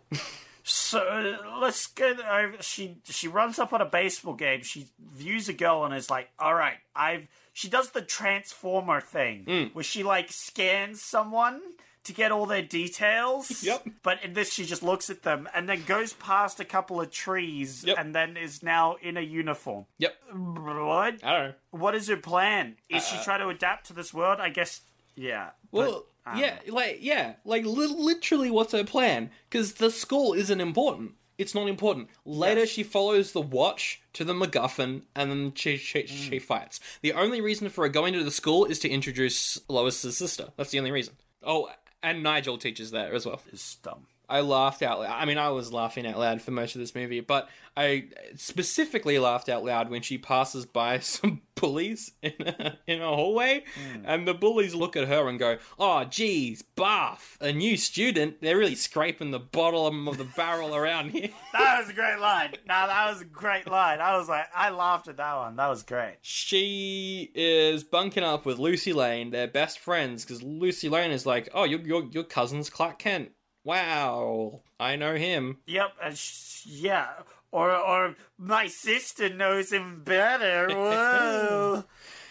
so uh, let's go over. She, she runs up on a baseball game. She views a girl and is like, all right, I've. She does the transformer thing Hmm. where she like scans someone to get all their details. Yep. But in this, she just looks at them and then goes past a couple of trees Yep. and then is now in a uniform. Yep, What? I don't know. What is her plan? Is she trying to adapt to this world? I guess. Yeah. but- Well, yeah, like yeah, like li- literally, what's her plan? Because the school isn't important. It's not important. Later, she follows the watch to the MacGuffin, and then she she, she fights. The only reason for her going to the school is to introduce Lois's sister. That's the only reason. Oh, and Nigel teaches there as well. It's dumb. I laughed out loud. I mean, I was laughing out loud for most of this movie, but I specifically laughed out loud when she passes by some bullies in a, in a hallway, and the bullies look at her and go, "Oh, geez, Bath, a new student. They're really scraping the bottom of the barrel around here." That was a great line. No, that was a great line. I was like, I laughed at that one. That was great. she is bunking up with Lucy Lane. They're best friends because Lucy Lane is like, "Oh, your your your cousin's Clark Kent. Wow, I know him." Yep. And sh- yeah. or or my sister knows him better. Whoa,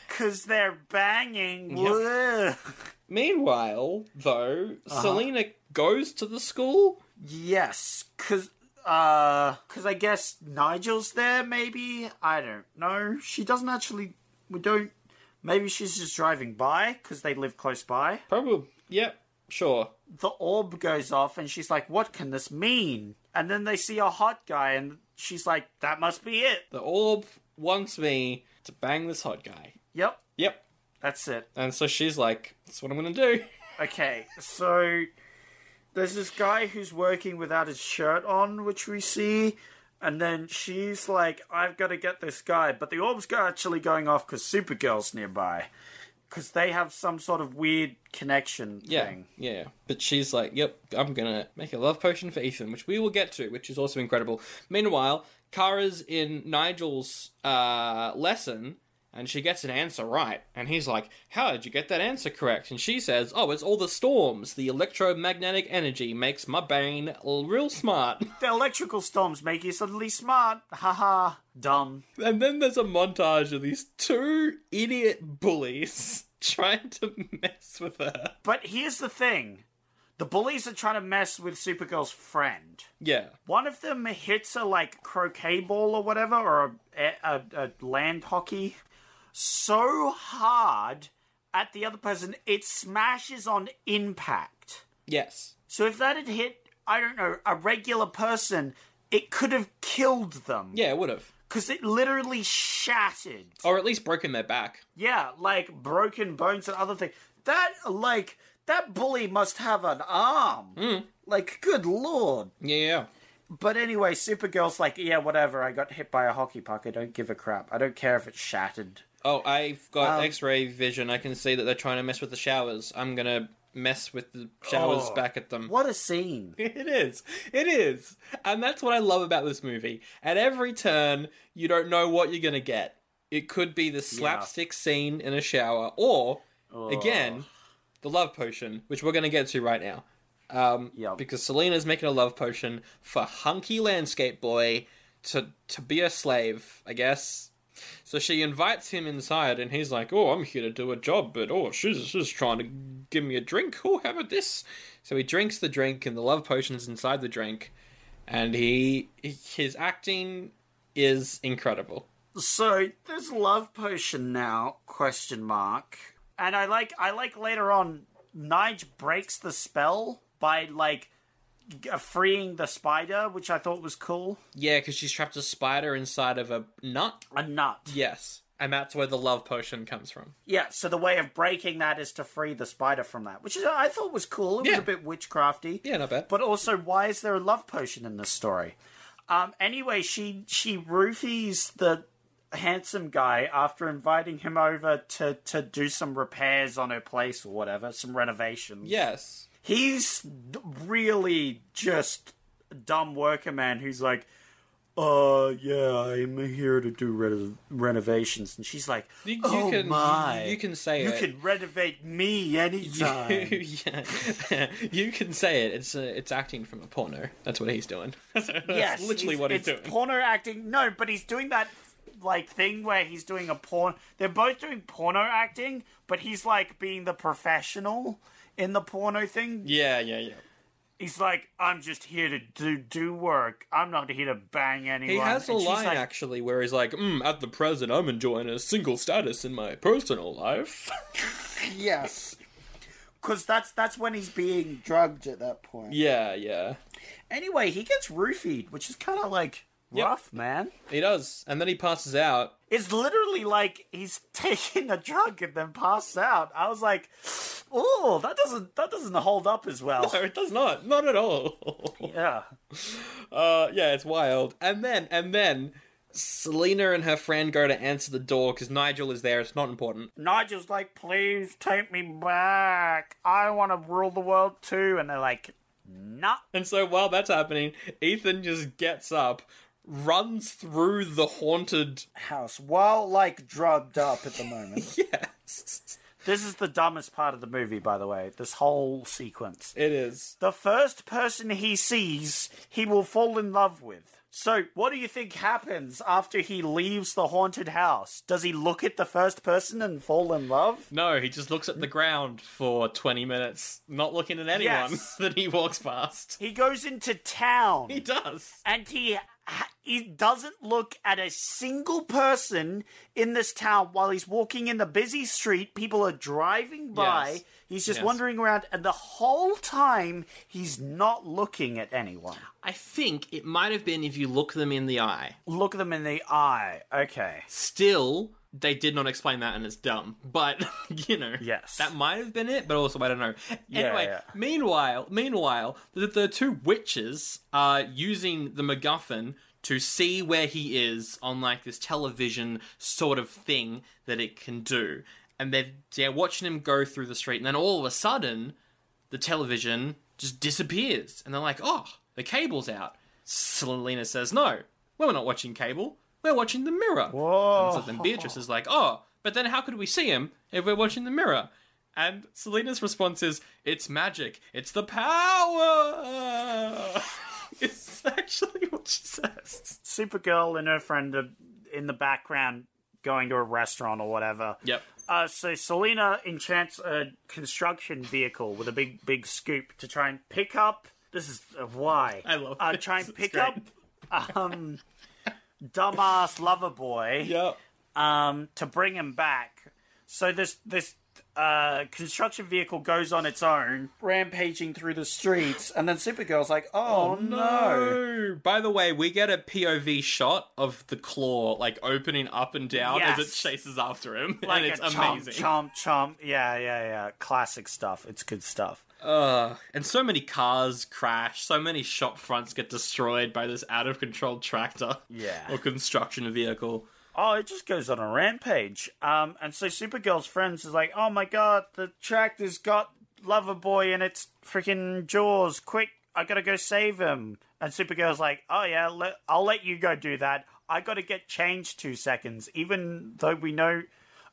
because they're banging. Whoa. Meanwhile, though, Selena goes to the school. Yes, because uh, cause I guess Nigel's there, maybe? I don't know. She doesn't actually. We don't. Maybe she's just driving by because they live close by. Probably. Yep. Sure. The orb goes off and she's like, what can this mean? And then they see a hot guy and she's like, that must be it. The orb wants me to bang this hot guy. Yep, Yep. that's it. And so she's like, "That's what I'm gonna do." Okay, so there's this guy who's working without his shirt on, which we see, and then she's like, I've got to get this guy. But the orb's go- actually going off because Supergirl's nearby. Because they have some sort of weird connection Yeah. thing. Yeah. But she's like, "Yep, I'm gonna make a love potion for Ethan," which we will get to, which is also incredible. Meanwhile, Kara's in Nigel's uh, lesson. And she gets an answer right. And he's like, How did you get that answer correct? And she says, Oh, it's all the storms. The electromagnetic energy makes my bane l- real smart. The electrical storms make you suddenly smart. Haha. Dumb. And then there's a montage of these two idiot bullies trying to mess with her. But here's the thing the bullies are trying to mess with Supergirl's friend. Yeah. One of them hits a like croquet ball or whatever, or a, a, a land hockey, so hard at the other person it smashes on impact. Yes. So if that had hit, I don't know, a regular person, it could have killed them Yeah, it would have. because it literally shattered. Or at least broken their back. Yeah, like broken bones and other things. That like that bully must have an arm. Like, good lord. Yeah, yeah. But anyway, Supergirl's like, yeah, whatever. I got hit by a hockey puck. I don't give a crap. I don't care if it's shattered. Oh, I've got X-ray vision. I can see that they're trying to mess with the showers. I'm gonna mess with the showers back at them. What a scene. It is. It is. And that's what I love about this movie. At every turn, you don't know what you're going to get. It could be the slapstick scene in a shower, or, again, the love potion, which we're going to get to right now. Um, Yep. Because Selena's making a love potion for Hunky Landscape Boy to, to be a slave, I guess. So she invites him inside, and he's like, "Oh, I'm here to do a job, but oh, she's just trying to give me a drink. Oh, how about this?" So he drinks the drink, and the love potion's inside the drink, and he his acting is incredible. So there's love potion now? Question mark. And I like I like later on. Nige breaks the spell by like g- freeing the spider, which I thought was cool. Yeah, because she's trapped a spider inside of a nut. A nut. Yes, and that's where the love potion comes from. Yeah, so the way of breaking that is to free the spider from that, which is, I thought was cool. It Yeah. was a bit witchcrafty. Yeah, not bad. But also, why is there a love potion in this story? Um, anyway, she she roofies the handsome guy after inviting him over to to do some repairs on her place or whatever, some renovations. Yes, He's d- really just a dumb worker man who's like, uh, yeah, I'm here to do reno- renovations. And she's like, You- you oh can- my. you can say You it. can renovate me anytime. yeah. you can say it. It's uh, it's acting from a porno. That's what he's doing. that's yes. literally it's- what he's it's doing. porno acting. No, but he's doing that, like, thing where he's doing a porn. They're both doing porno acting, but he's, like, being the professional in the porno thing. yeah, yeah, yeah. He's like, I'm just here to do do work. I'm not here to bang anyone. He has a And she's line like, actually where he's like, mm, "At the present, I'm enjoying a single status in my personal life." Yes. Because that's that's when he's being drugged at that point. yeah, yeah, Anyway, he gets roofied, which is kind of like rough, man. he does, and then he passes out. It's literally like he's taking a drug and then passes out. I was like, oh, that doesn't that doesn't hold up as well. No, it does not, not at all. Yeah. uh, yeah, it's wild. And then, and then, Selena and her friend go to answer the door because Nigel is there. It's not important. Nigel's like, please take me back. I want to rule the world too. And they're like, nah. And so while that's happening, Ethan just gets up, runs through the haunted. House while like drugged up at the moment. Yes, This is the dumbest part of the movie, by the way. This whole sequence. it is. The first person he sees, he will fall in love with. So, what do you think happens after he leaves the haunted house? Does he look at the first person and fall in love? No, he just looks at the ground for 20 minutes, not looking at anyone Yes. that he walks past. He goes into town. He does. and he ha- he doesn't look at a single person in this town while he's walking in the busy street. People are driving by. Yes. He's just Yes. wandering around, and the whole time he's not looking at anyone. I think it might have been if you look them in the eye. Look them in the eye. Okay. Still, they did not explain that and it's dumb. But, you know, Yes. that might have been it, but also I don't know. Anyway, yeah. meanwhile, meanwhile, the, the two witches are using the MacGuffin to see where he is on like this television sort of thing that it can do. And they're, they're watching him go through the street, and then all of a sudden, the television just disappears. And they're like, oh, the cable's out. Selena says, no, we're not watching cable. We're watching the mirror. And so then Beatrice is like, oh, but then how could we see him if we're watching the mirror? And Selena's response is, it's magic. It's the power. it's actually what she says. Supergirl and her friend are in the background going to a restaurant or whatever. Yep. Uh, so Selena enchants a construction vehicle with a big, big scoop to try and pick up. This is uh, why I love Uh, this. try and It's pick great. up um, dumbass lover boy Yep. um, to bring him back. So this this uh, construction vehicle goes on its own, rampaging through the streets, and then Supergirl's like, "Oh, no. No. Oh, By the way, we get a POV shot of the claw like opening up and down as it Yes. chases after him, like and it's a chomp, amazing. chomp, chomp. Yeah, yeah, yeah. Classic stuff. It's good stuff. And so many cars crash, so many shop fronts get destroyed by this out of control tractor. Yeah. Or construction vehicle. Oh, it just goes on a rampage. Um, and so Supergirl's friends is like, oh my god, the tractor's got Loverboy in its freaking jaws. Quick, I gotta go save him. And Supergirl's like, oh yeah, le- I'll let you go do that. I gotta get changed two seconds, even though we know.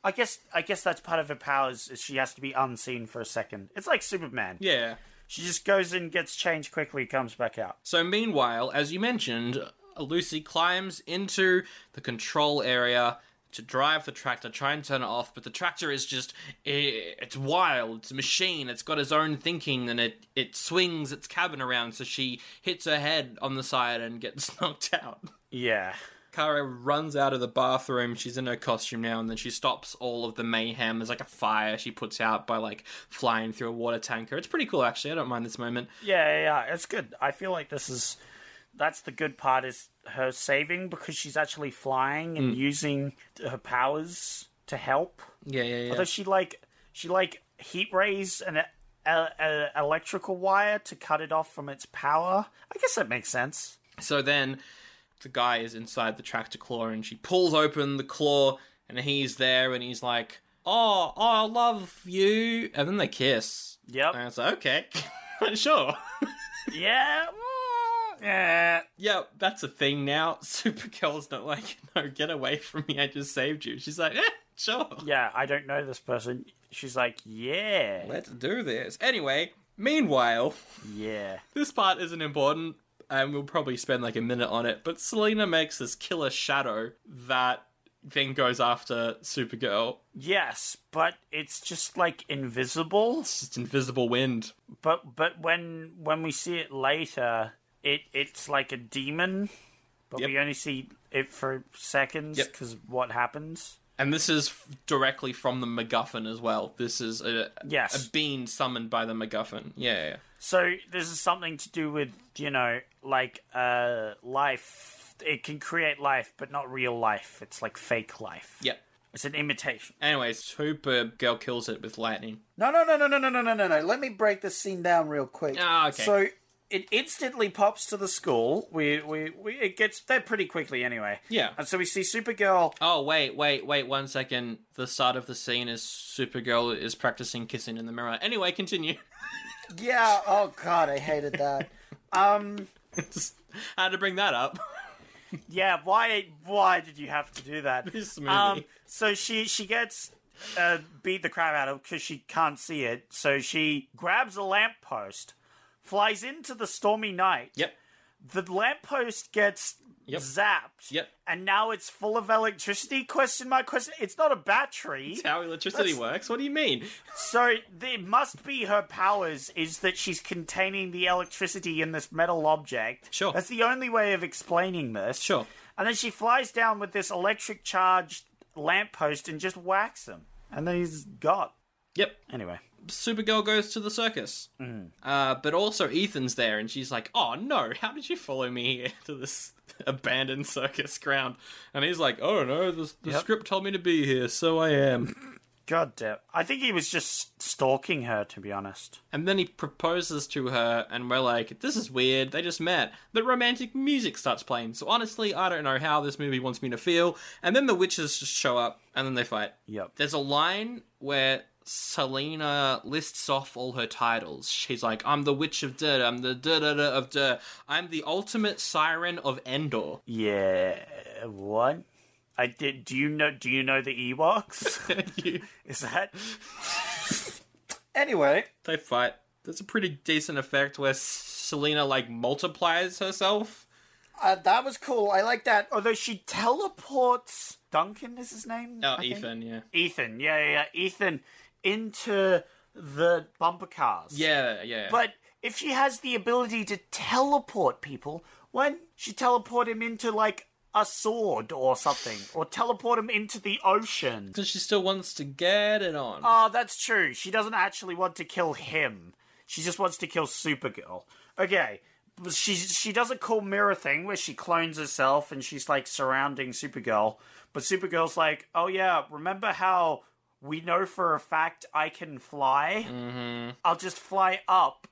I guess I guess that's part of her powers is she has to be unseen for a second. It's like Superman. Yeah. She just goes in, gets changed quickly, comes back out. So, meanwhile, as you mentioned, Lucy climbs into the control area to drive the tractor, try and turn it off, but the tractor is just. i- It's wild. It's a machine. It's got its own thinking, and it, it swings its cabin around, so she hits her head on the side and gets knocked out. Yeah. Kara runs out of the bathroom. She's in her costume now, and then she stops all of the mayhem. There's like a fire she puts out by like flying through a water tanker. It's pretty cool, actually. I don't mind this moment. Yeah, yeah, yeah, it's good. I feel like this is that's the good part is her saving because she's actually flying and using her powers to help. Yeah, yeah, yeah. Although she like she like heat rays an a, a electrical wire to cut it off from its power. I guess that makes sense. So then the guy is inside the tractor claw and she pulls open the claw and he's there and he's like, Oh, oh I love you. And then they kiss. Yep. And it's like, okay, sure. yeah. mm, Yeah. yeah, that's a thing now. Supergirl's not like, No, get away from me. I just saved you. She's like, Eh, sure. Yeah, I don't know this person. She's like, "Yeah. Let's do this. Anyway, meanwhile, Yeah." this part isn't important and we'll probably spend like a minute on it, but Selena makes this killer shadow that then goes after Supergirl Yes, but it's just like invisible. just invisible wind. but but when when we see it later, it it's like a demon, but Yep. we only see it for seconds Yep. because what happens? And this is f- directly from the MacGuffin as well. This is a, Yes. a being summoned by the MacGuffin. Yeah, yeah, yeah. So this is something to do with you know like uh life. It can create life, but not real life. It's like fake life. Yep. It's an imitation. Anyway, Supergirl kills it with lightning. No, no, no, no, no, no, no, no, no, no. Let me break this scene down real quick. Ah, okay. So it instantly pops to the school. We, we, we it gets there pretty quickly anyway. Yeah. And so we see Supergirl Oh, wait, wait, wait, one second. The start of the scene is Supergirl is practicing kissing in the mirror. Anyway, continue. Yeah. Oh God, I hated that. um. Just had to bring that up. Yeah. Why? Why did you have to do that? This movie. Um. So she she gets uh, beat the crap out of because she can't see it. So she grabs a lamppost, flies into the stormy night. Yep. The lamppost gets Yep. zapped. Yep. And now it's full of electricity? Question mark question. It's not a battery. That's how electricity works. What do you mean? So it must be her powers is that she's containing the electricity in this metal object. Sure. That's the only way of explaining this. Sure. And then she flies down with this electric charged lamppost and just whacks him. And then he's got. Yep. Anyway. Supergirl goes to the circus. Uh, but also Ethan's there, and she's like, "Oh no! How did you follow me here to this abandoned circus ground?" And he's like, "Oh no! The, the script told me to be here, so I am." God damn. I think he was just stalking her, to be honest. And then he proposes to her, and we're like, "This is weird. They just met." The romantic music starts playing. So honestly, I don't know how this movie wants me to feel. And then the witches just show up, and then they fight. Yep. There's a line where Selena lists off all her titles. She's like, I'm the Witch of Dirt, I'm the da da da of Dirt, I'm the ultimate siren of Endor. Yeah. What? I did. Do you know? Do you know the Ewoks? You- Is that? anyway. they fight. That's a pretty decent effect where Selena, like, multiplies herself. Uh, that was cool. I like that. Although she teleports Duncan is his name. Oh, I think? Ethan, yeah. Ethan. Yeah, yeah, yeah. Ethan into the bumper cars. Yeah, yeah. But if she has the ability to teleport people, why didn't she teleport him into like a sword or something, or teleport him into the ocean? Because she still wants to get it on. Oh, that's true. She doesn't actually want to kill him. She just wants to kill Supergirl. Okay. but She she does a cool mirror thing where she clones herself and she's like surrounding Supergirl, but Supergirl's like, "Oh yeah, remember how we know for a fact I can fly? Mm-hmm. I'll just fly up."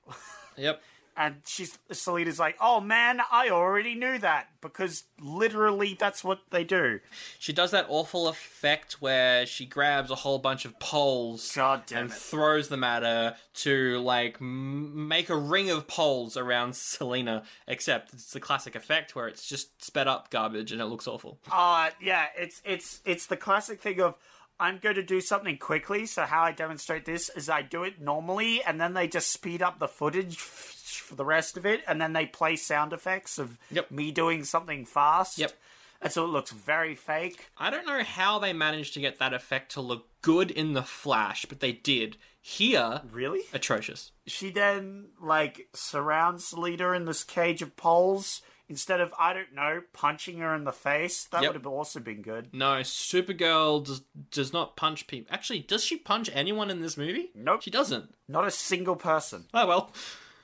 Yep. And she's Selena's like, "Oh man, I already knew that because literally that's what they do." She does that awful effect where she grabs a whole bunch of poles God damn and it. throws them at her to like m- make a ring of poles around Selena. Except it's the classic effect where it's just sped up garbage and it looks awful. Uh yeah, it's it's it's the classic thing of I'm going to do something quickly, so how I demonstrate this is I do it normally and then they just speed up the footage f- for the rest of it and then they play sound effects of Yep. me doing something fast. Yep. And so it looks very fake. I don't know how they managed to get that effect to look good in the Flash, but they did. Here, Really? atrocious. She then like surrounds Lita in this cage of poles instead of I don't know punching her in the face. That Yep. would have also been good. No, Supergirl does, does not punch people. Actually, does she punch anyone in this movie? Nope. She doesn't. Not a single person. Oh well.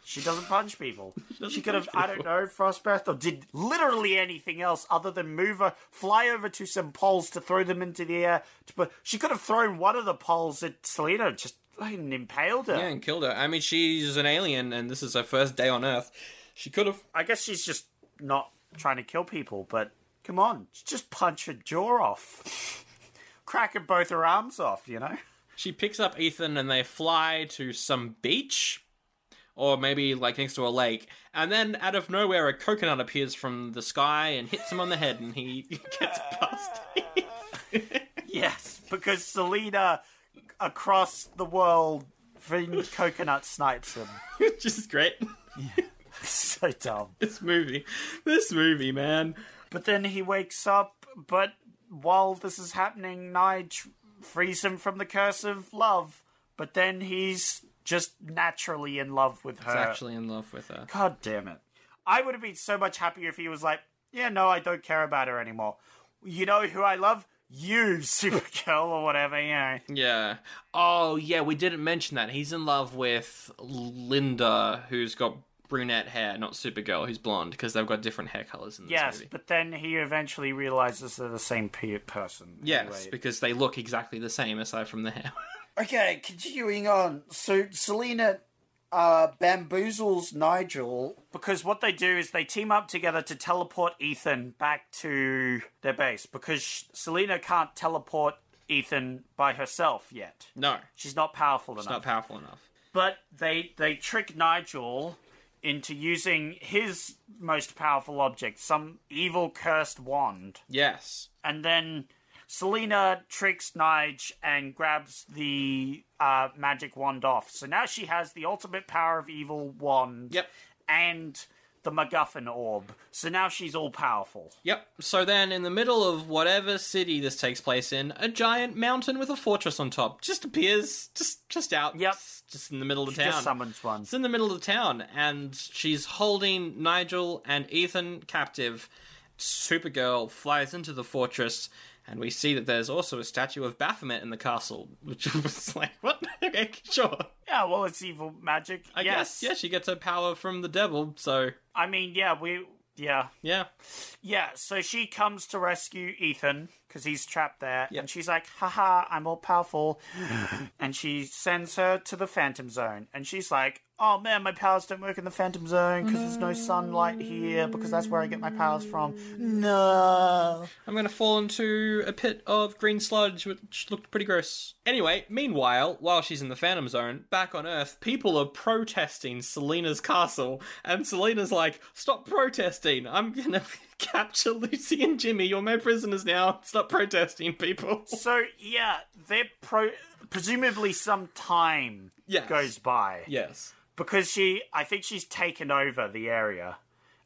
She doesn't punch people. she could have, punch I don't know, frostbreath or did literally anything else other than move her, fly over to some poles to throw them into the air. To put, she could have thrown one of the poles at Selena, and just fucking impaled her. Yeah, and killed her. I mean, she's an alien, and this is her first day on Earth. She could have. I guess she's just not trying to kill people, but come on, just punch her jaw off, crack her both her arms off, you know. She picks up Ethan, and they fly to some beach, or maybe like next to a lake. And then, out of nowhere, a coconut appears from the sky and hits him on the head, and he gets past. Yes, because Selena across the world, Vin coconut snipes him. Which is great. so dumb. This movie, this movie, man. But then he wakes up, but while this is happening, Nige frees him from the curse of love. But then he's just naturally in love with her. He's actually in love with her. God damn it. I would have been so much happier if he was like, yeah, no, I don't care about her anymore. You know who I love? You, Supergirl, or whatever, you know. Yeah. Oh, yeah. We didn't mention that he's in love with Linda, who's got brunette hair, not Supergirl, who's blonde, because they've got different hair colors in this Yes, movie. but then he eventually realizes they're the same pe- person. Yes, Anyway. because they look exactly the same aside from the hair. Okay, continuing on. So Selena uh, bamboozles Nigel because what they do is they team up together to teleport Ethan back to their base because sh- Selena can't teleport Ethan by herself yet. no, She's not powerful not enough. powerful enough. but they they trick Nigel into using his most powerful object, some evil cursed wand Yes. and then Selena tricks Nige and grabs the uh, magic wand off. So now she has the ultimate power of evil wand Yep. and the MacGuffin orb. So now she's all powerful. Yep. So then, in the middle of whatever city this takes place in, a giant mountain with a fortress on top just appears, just just out, Yep. just, just in the middle of She town. just summons one. It's in the middle of the town, and she's holding Nigel and Ethan captive. Supergirl flies into the fortress, and we see that there's also a statue of Baphomet in the castle, which was like, what? okay, sure. Yeah, well, it's evil magic. I yes. guess, yeah, she gets her power from the devil, so, I mean, yeah, we. Yeah. yeah. Yeah, so she comes to rescue Ethan because he's trapped there. Yep. And she's like, haha, I'm all powerful. and she sends her to the Phantom Zone. And she's like, oh man, my powers don't work in the Phantom Zone because there's no sunlight here because that's where I get my powers from. No. I'm gonna fall into a pit of green sludge, which looked pretty gross. Anyway, meanwhile, while she's in the Phantom Zone, back on Earth, people are protesting Selena's castle, and Selena's like, Stop protesting! I'm gonna capture Lucy and Jimmy, you're my prisoners now. Stop protesting, people. So, yeah, they're pro. Presumably, some time Yes. goes by. Yes. because she i think she's taken over the area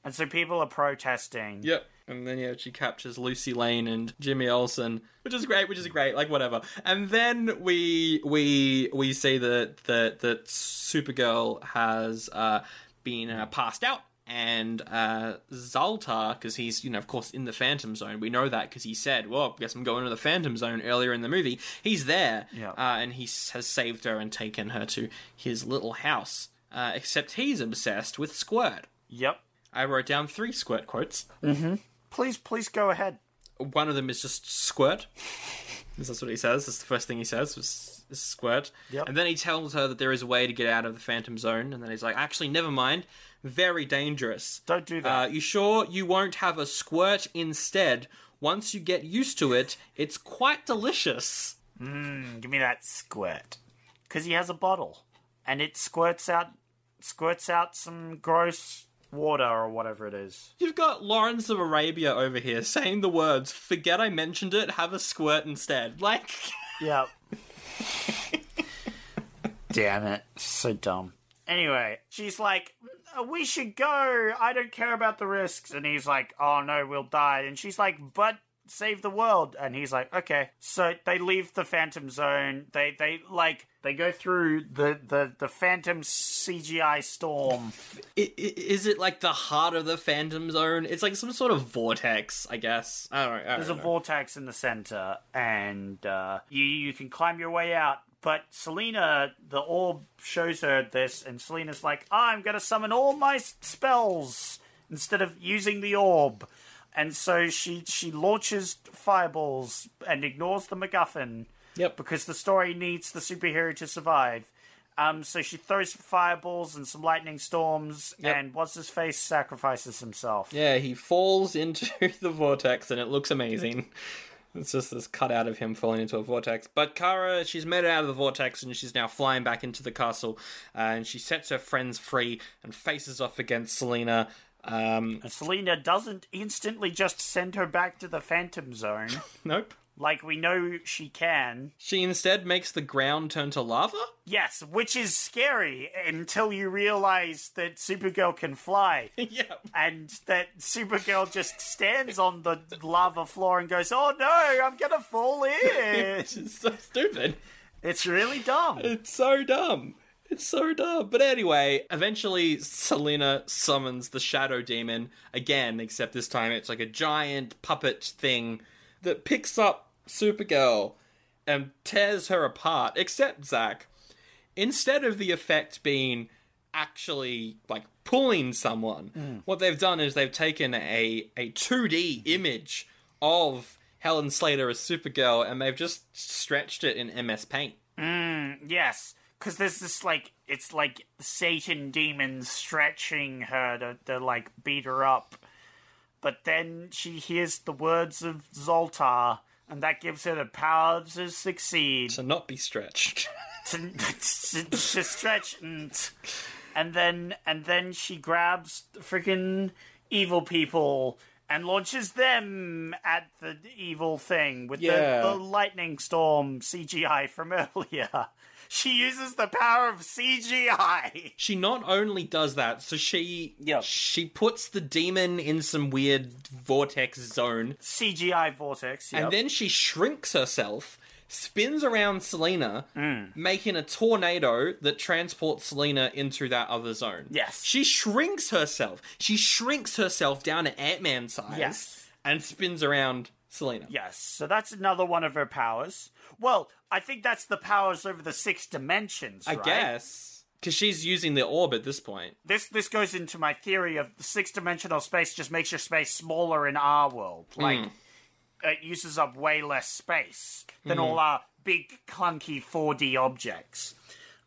and so people are protesting Yep. And then yeah, she captures Lucy Lane and Jimmy Olsen, which is great, which is great, like whatever. And then we we we see that that that Supergirl has uh, been uh, passed out. And uh, Zaltar, because he's, you know, of course, in the Phantom Zone. We know that because he said, well, I guess I'm going to the Phantom Zone earlier in the movie. He's there. Yeah. Uh, and he s- has saved her and taken her to his little house. Uh, except he's obsessed with Squirt. yep I wrote down three Squirt quotes. please please go ahead one of them is just squirt. 'Cause That's what he says. That's the first thing he says was is squirt. Yep. And then he tells her that there is a way to get out of the phantom zone. And then he's like, actually, never mind. Very dangerous. Don't do Uh, that. you sure you won't have a squirt instead? Once you get used to it, it's quite delicious. give me that squirt because he has a bottle and it squirts out squirts out some gross water or whatever it is You've got Lawrence of Arabia over here saying the words, forget I mentioned it, have a squirt instead. Like, yep damn it so dumb anyway she's like "Uh, we should go i don't care about the risks and he's like oh no we'll die and she's like but save the world and he's like okay so they leave the phantom zone they they like they go through the the the phantom cgi storm I- i- Is it like the heart of the Phantom Zone? It's like some sort of vortex, I guess. I don't know. I don't There's a know. vortex in the center, and uh, you you can climb your way out. But Selena, the orb shows her this, and Selena's like, "I'm gonna summon all my s- spells instead of using the orb." And so she she launches fireballs and ignores the MacGuffin Yep. because the story needs the superhero to survive. Um, so she throws fireballs and some lightning storms, Yep. and what's his face sacrifices himself. Yeah, he falls into the vortex and it looks amazing. It's just this cutout of him falling into a vortex. But Kara, she's made it out of the vortex and she's now flying back into the castle. Uh, and she sets her friends free and faces off against Selena. Um, Selena doesn't instantly just send her back to the Phantom Zone, nope. like we know she can. She instead makes the ground turn to lava? Yes, which is scary until you realize that Supergirl can fly. yeah. And that Supergirl just stands on the lava floor and goes, Oh no, I'm gonna fall in! Which is so stupid. It's really dumb. It's so dumb. It's so dumb. But anyway, eventually Selena summons the Shadow Demon again, except this time it's like a giant puppet thing that picks up Supergirl and tears her apart, except Zack. Instead of the effect being actually like pulling someone, what they've done is they've taken a, a 2D image of Helen Slater as Supergirl and they've just stretched it in MS Paint. Yes, because there's this like, it's like Satan demons stretching her to, to like beat her up. But then she hears the words of Zoltar, and that gives her the power to succeed, to not be stretched. to, to, to stretch, and, and then and then she grabs the freaking evil people and launches them at the evil thing with Yeah. the, the lightning storm CGI from earlier. She uses the power of CGI. She not only does that, so she Yep. she puts the demon in some weird vortex zone, CGI vortex. Yep. and then she shrinks herself, spins around Selena, Mm. making a tornado that transports Selena into that other zone. Yes. she shrinks herself. She shrinks herself down to Ant Man size. Yes. and spins around Selena. Yes, so that's another one of her powers. Well, I think that's the powers over the six dimensions. I right? guess because she's using the orb at this point. this this goes into my theory of the six dimensional space just makes your space smaller in our world. Like it uses up way less space than all our big clunky 4D objects.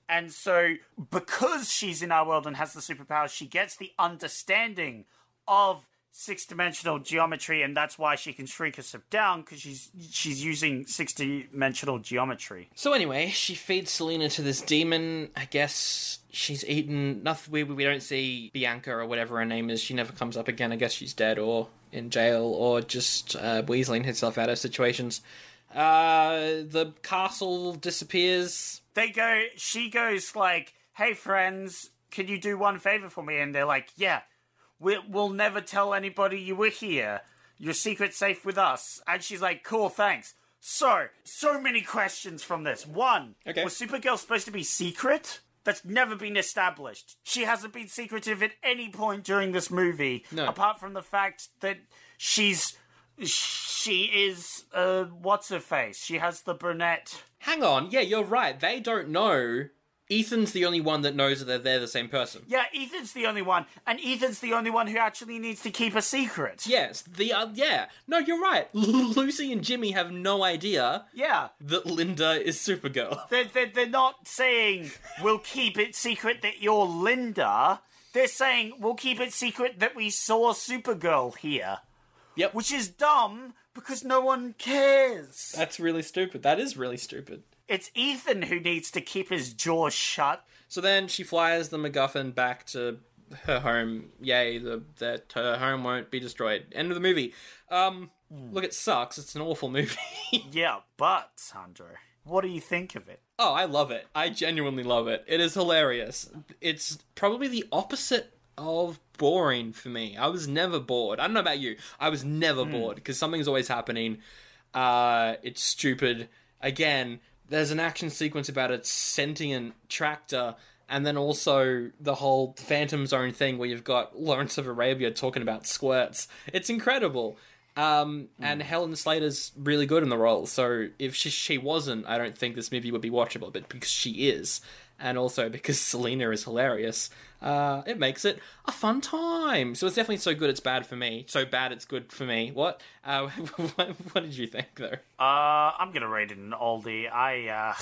And so because she's in our world and has the superpowers, she gets the understanding of six dimensional geometry and that's why she can shrink herself down because she's she's using six dimensional geometry. So anyway, she feeds Selena to this demon. I guess she's eaten nothing. We, we don't see Bianca or whatever her name is. She never comes up again. I guess she's dead or in jail or just uh, weaseling herself out of situations. Uh, the castle disappears. they go she goes like hey friends can you do one favor for me and they're like yeah we, we'll never tell anybody you were here your secret's safe with us and she's like cool thanks so so many questions from this one Okay. was supergirl supposed to be secret that's never been established. She hasn't been secretive at any point during this movie, No. apart from the fact that she's she is uh, what's her face? She has the brunette Hang on, yeah, you're right. They don't know. Ethan's the only one that knows that they're the same person. Yeah, Ethan's the only one, and Ethan's the only one who actually needs to keep a secret. Yes, the uh, yeah. No, you're right. Lucy and Jimmy have no idea Yeah. that Linda is Supergirl. They're, they're, they're not saying, we'll keep it secret that you're Linda. They're saying, we'll keep it secret that we saw Supergirl here. Yep. Which is dumb because no one cares. That's really stupid. That is really stupid. It's Ethan who needs to keep his jaw shut. So then she flies the MacGuffin back to her home. Yay, the, that her home won't be destroyed. End of the movie. Um, look, it sucks. It's an awful movie. Yeah, but, Sandro, what do you think of it? oh, I love it. I genuinely love it. It is hilarious. It's probably the opposite of boring for me. I was never bored. I don't know about you. I was never bored because something's always happening. Uh, it's stupid. Again, there's an action sequence about a sentient tractor, and then also the whole Phantom Zone thing where you've got Lawrence of Arabia talking about squirts. It's incredible. Um, And Helen Slater's really good in the role, so if she, she wasn't, I don't think this movie would be watchable, but because she is, and also because Selena is hilarious, uh, it makes it a fun time. So it's definitely so good it's bad for me. So bad it's good for me. What? Uh, what, what did you think though? Uh, I'm gonna rate it an oldie. I uh,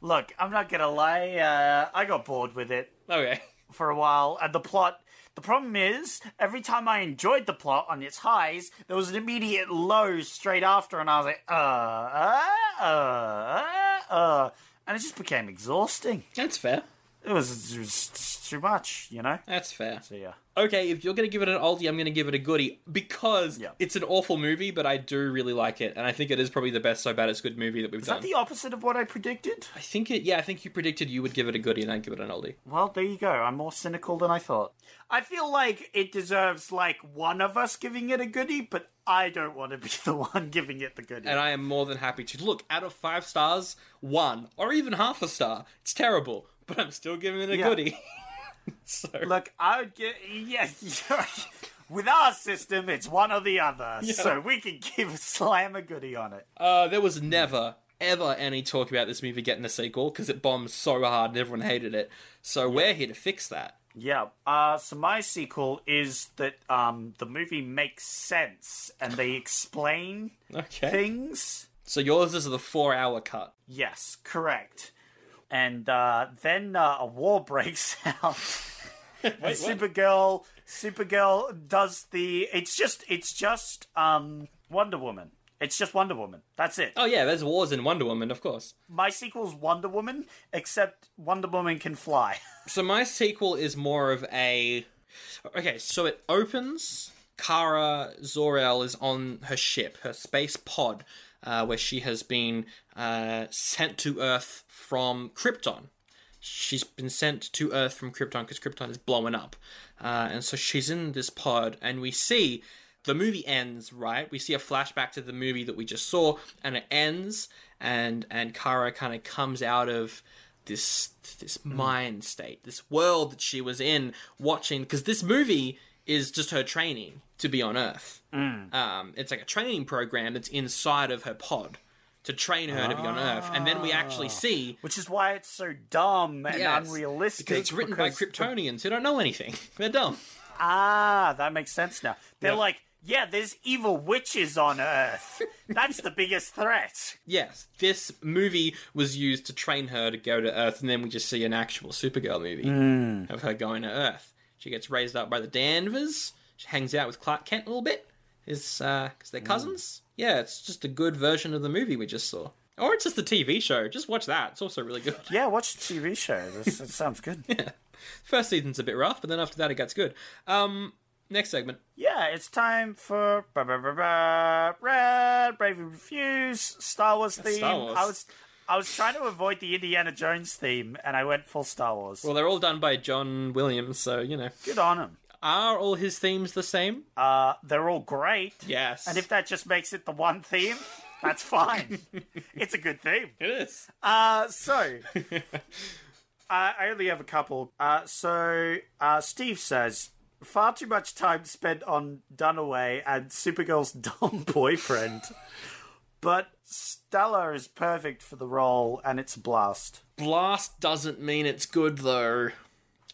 look, I'm not gonna lie. Uh, I got bored with it Okay. for a while, and the plot. The problem is, every time I enjoyed the plot on its highs, there was an immediate low straight after, and I was like, uh, uh, uh, uh, and it just became exhausting. That's fair. It was, it was too much, you know. That's fair. So yeah. Okay, if you're going to give it an oldie, I'm going to give it a goodie because Yeah. it's an awful movie, but I do really like it, and I think it is probably the best so bad it's good movie that we've Is done. that the opposite of what I predicted? I think it. Yeah, I think you predicted you would give it a goodie, and I'd give it an oldie. Well, there you go. I'm more cynical than I thought. I feel like it deserves like one of us giving it a goodie, but I don't want to be the one giving it the goodie. and I am more than happy to look out of five stars, one or even half a star. It's terrible, but I'm still giving it a Yeah. goodie. so Look, I would get yeah. With our system, it's one or the other, so we can give Slam a goodie on it. uh, there was never ever any talk about this movie getting a sequel because it bombed so hard and everyone hated it. So we're here to fix that. Yeah. Uh, so my sequel is that um, the movie makes sense and they explain Okay. things. So yours is the four-hour cut. Yes, correct. And uh, then uh, a war breaks out. And Supergirl, Supergirl does the. It's just, it's just um, Wonder Woman. It's just Wonder Woman. That's it. Oh yeah, there's wars in Wonder Woman, of course. My sequel's Wonder Woman, except Wonder Woman can fly. So my sequel is more of a okay. So it opens Kara Zor-El is on her ship, her space pod, uh, where she has been uh, sent to Earth from Krypton. She's been sent to Earth from Krypton because Krypton is blowing up. Uh, and so she's in this pod, and we see the movie ends, right? We see a flashback to the movie that we just saw, and it ends, and and Kara kind of comes out of this this mind state, this world that she was in watching, because this movie is just her training to be on Earth. Um, it's like a training program that's inside of her pod to train her to be on Earth, and then we actually see Which is why it's so dumb and Yes, unrealistic. because it's written by because- Kryptonians who don't know anything. They're dumb. Ah, that makes sense now. They're like, yeah, there's evil witches on Earth. That's the biggest threat. Yes, this movie was used to train her to go to Earth, and then we just see an actual Supergirl movie Hmm. of her going to Earth. She gets raised up by the Danvers. She hangs out with Clark Kent a little bit. Is because Hmm. they're cousins. Yeah, it's just a good version of the movie we just saw, or it's just the TV show. Just watch that; it's also really good. Yeah, watch the TV show. This, that sounds good. First season's a bit rough, but then after that it gets good. Um, next segment. Yeah, it's time for ba- ba- ba- ba- Red Brave and Refuse Star Wars theme. Wars. I was I was trying to avoid the Indiana Jones theme, and I went full Star Wars. Well, they're all done by John Williams, so you know. good on him. Are all his themes the same? Uh, they're all great. Yes. and if that just makes it the one theme, that's fine. it's a good theme. it is. Uh, so, uh, I only have a couple. Uh, so, uh, Steve says, far too much time spent on Dunaway and Supergirl's dumb boyfriend. but Stella is perfect for the role, and it's a blast. Blast doesn't mean it's good though.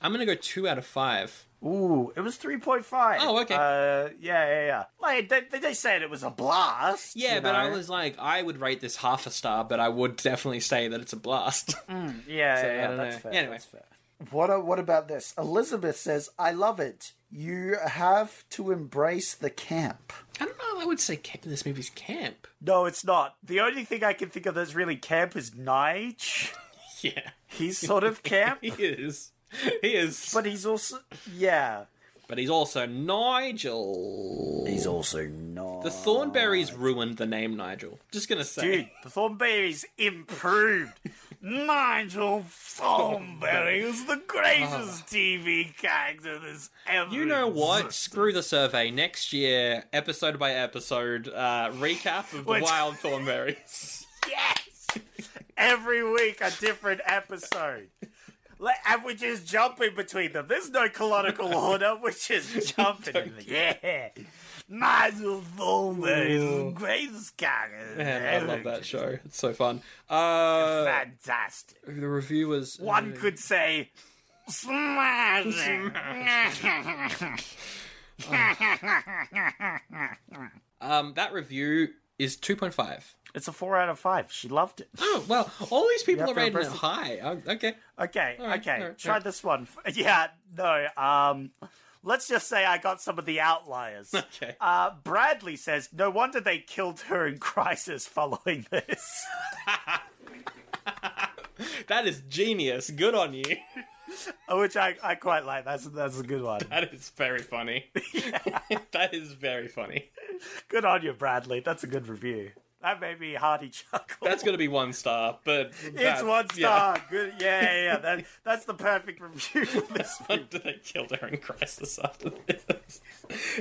I'm gonna go two out of five. Ooh, it was 3.5. Oh, okay. Uh, yeah, yeah, yeah. Like, they, they- they said it was a blast. Yeah, you but I know? was like, I would rate this half a star, but I would definitely say that it's a blast. Yeah, yeah, Mm. I yeah don't that's know. fair. Anyway. that's fair. What, a- what about this? Elizabeth says, I love it. You have to embrace the camp. I don't know. if I would say ca- this movie's camp. No, it's not. The only thing I can think of that's really camp is Nige. Yeah, He's sort of camp, he is. He is. But, but he's also. Yeah. he's also Nigel. He's also not. The Thornberries ruined the name Nigel. Just gonna say. Dude, the Thornberry's improved. Nigel Thornberry is the greatest TV character that's ever. Ah. You know what? Screw the survey. Next year, episode by episode, uh, recap of the Wait. Wild Thornberries. Yes! Every week, a different episode. Like, and we're just jumping between them. There's no canonical order. We're just jumping. in the- yeah. Nigel Thornberry is the greatest character. Man, I ever. love that show. It's so fun. Uh, Fantastic. the review was One could say, smashing. um that review is 2.5 It's a four out of five. She loved it. oh well all these people Yeah, are rating it impressive. high Oh, okay Okay, All right, okay. all right, Try all right. this one. Yeah, no. Um, let's just say I got some of the outliers. okay Uh, Bradley says, "No wonder they killed her in Crisis following this." that is genius good on you Which I, I quite like. That's that's a good one. that is very funny that is very funny Good on you, Bradley. That's a good review. That made me hearty chuckle. that's gonna be one star but it's that- one yeah. star. Good. Yeah, yeah. yeah. That that's the perfect review for this. Wonder they killed her in Crisis after this.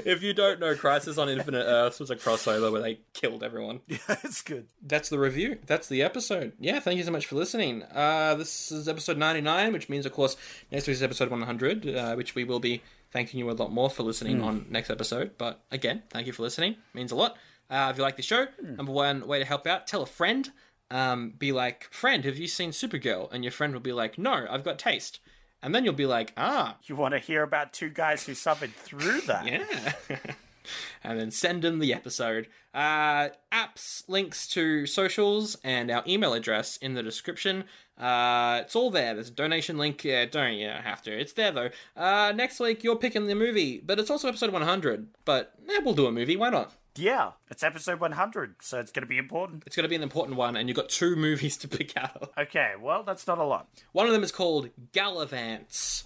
if you don't know, Crisis on Infinite Earths was a crossover where they killed everyone. it's good. that's the review. That's the episode. Yeah, thank you so much for listening. Uh, this is episode 99, which means, of course, next week's episode 100, uh, which we will be thanking you a lot more for listening on next episode. But again, thank you for listening. It means a lot. Uh, if you like the show, number one way to help out, tell a friend. Um, be like, friend, have you seen Supergirl? And your friend will be like, no, I've got taste. And then you'll be like, ah, You want to hear about two guys who suffered through that? yeah. and then send them the episode. Uh, apps, links to socials, and our email address in the description. Uh, it's all there. There's a donation link. Yeah, don't you don't have to. It's there though. Uh, next week you're picking the movie, but it's also episode 100. But eh, we'll do a movie. Why not? Yeah. It's episode 100, so it's going to be important. It's going to be an important one, and you've got two movies to pick out of. Okay. Well, that's not a lot. One of them is called Gallivants.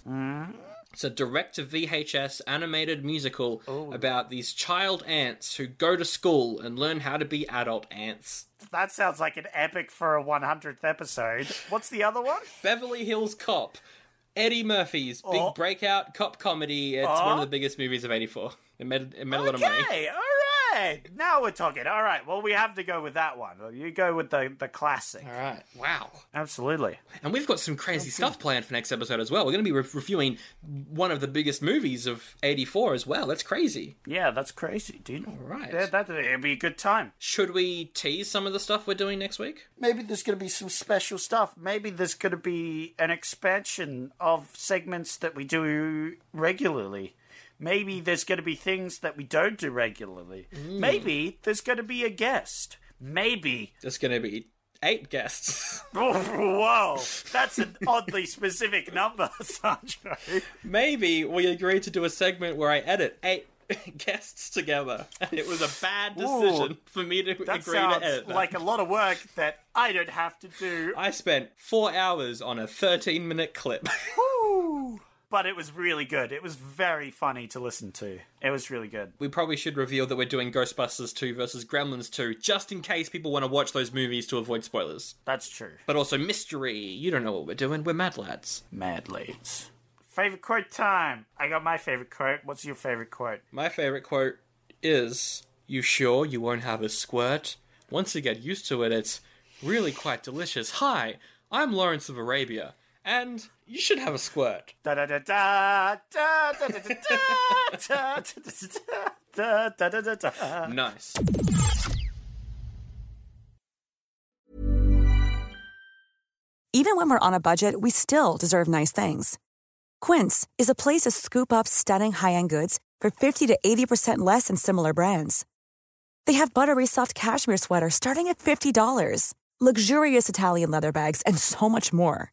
It's a direct to VHS animated musical about these child ants who go to school and learn how to be adult ants. That sounds like an epic for a 100th episode. What's the other one? Beverly Hills Cop, Eddie Murphy's big Oh. breakout cop comedy. It's one of the biggest movies of '84. It made, it made a lot of money. Okay, all right. Now we're talking. All right. Well, we have to go with that one. You go with the the classic. All right, wow. Absolutely. And we've got some crazy stuff planned for next episode as well. We're going to be re- reviewing one of the biggest movies of '84 as well. That's crazy. Yeah, that's crazy, dude. All right. Yeah, that it'd be a good time. Should we tease some of the stuff we're doing next week? Maybe there's going to be some special stuff. Maybe there's going to be an expansion of segments that we do regularly. Maybe there's going to be things that we don't do regularly. Maybe there's going to be a guest. Maybe There's going to be eight guests. Whoa, that's an oddly specific number, Sancho. Maybe we agreed to do a segment where I edit eight guests together, and it was a bad decision for me to That agree to sounds edit. That. like a lot of work that I don't have to do. I spent four hours on a 13 minute clip. Woo! But it was really good. It was very funny to listen to. It was really good. we probably should reveal that we're doing Ghostbusters 2 versus Gremlins 2, just in case people want to watch those movies to avoid spoilers. That's true. But also mystery. You don't know what we're doing. We're mad lads. Mad leads. Favorite quote time. I got my favorite quote. What's your favorite quote? My favorite quote is You sure you won't have a squirt? Once you get used to it, it's really quite delicious. Hi, I'm Lawrence of Arabia, and you should have a squirt. Da da da da da da da da da da da da da da da da da. Nice. Even when we're on a budget, we still deserve nice things. Quince is a place to scoop up stunning high end goods for 50 to 80% less than similar brands. They have buttery soft cashmere sweaters starting at $50, luxurious Italian leather bags, and so much more.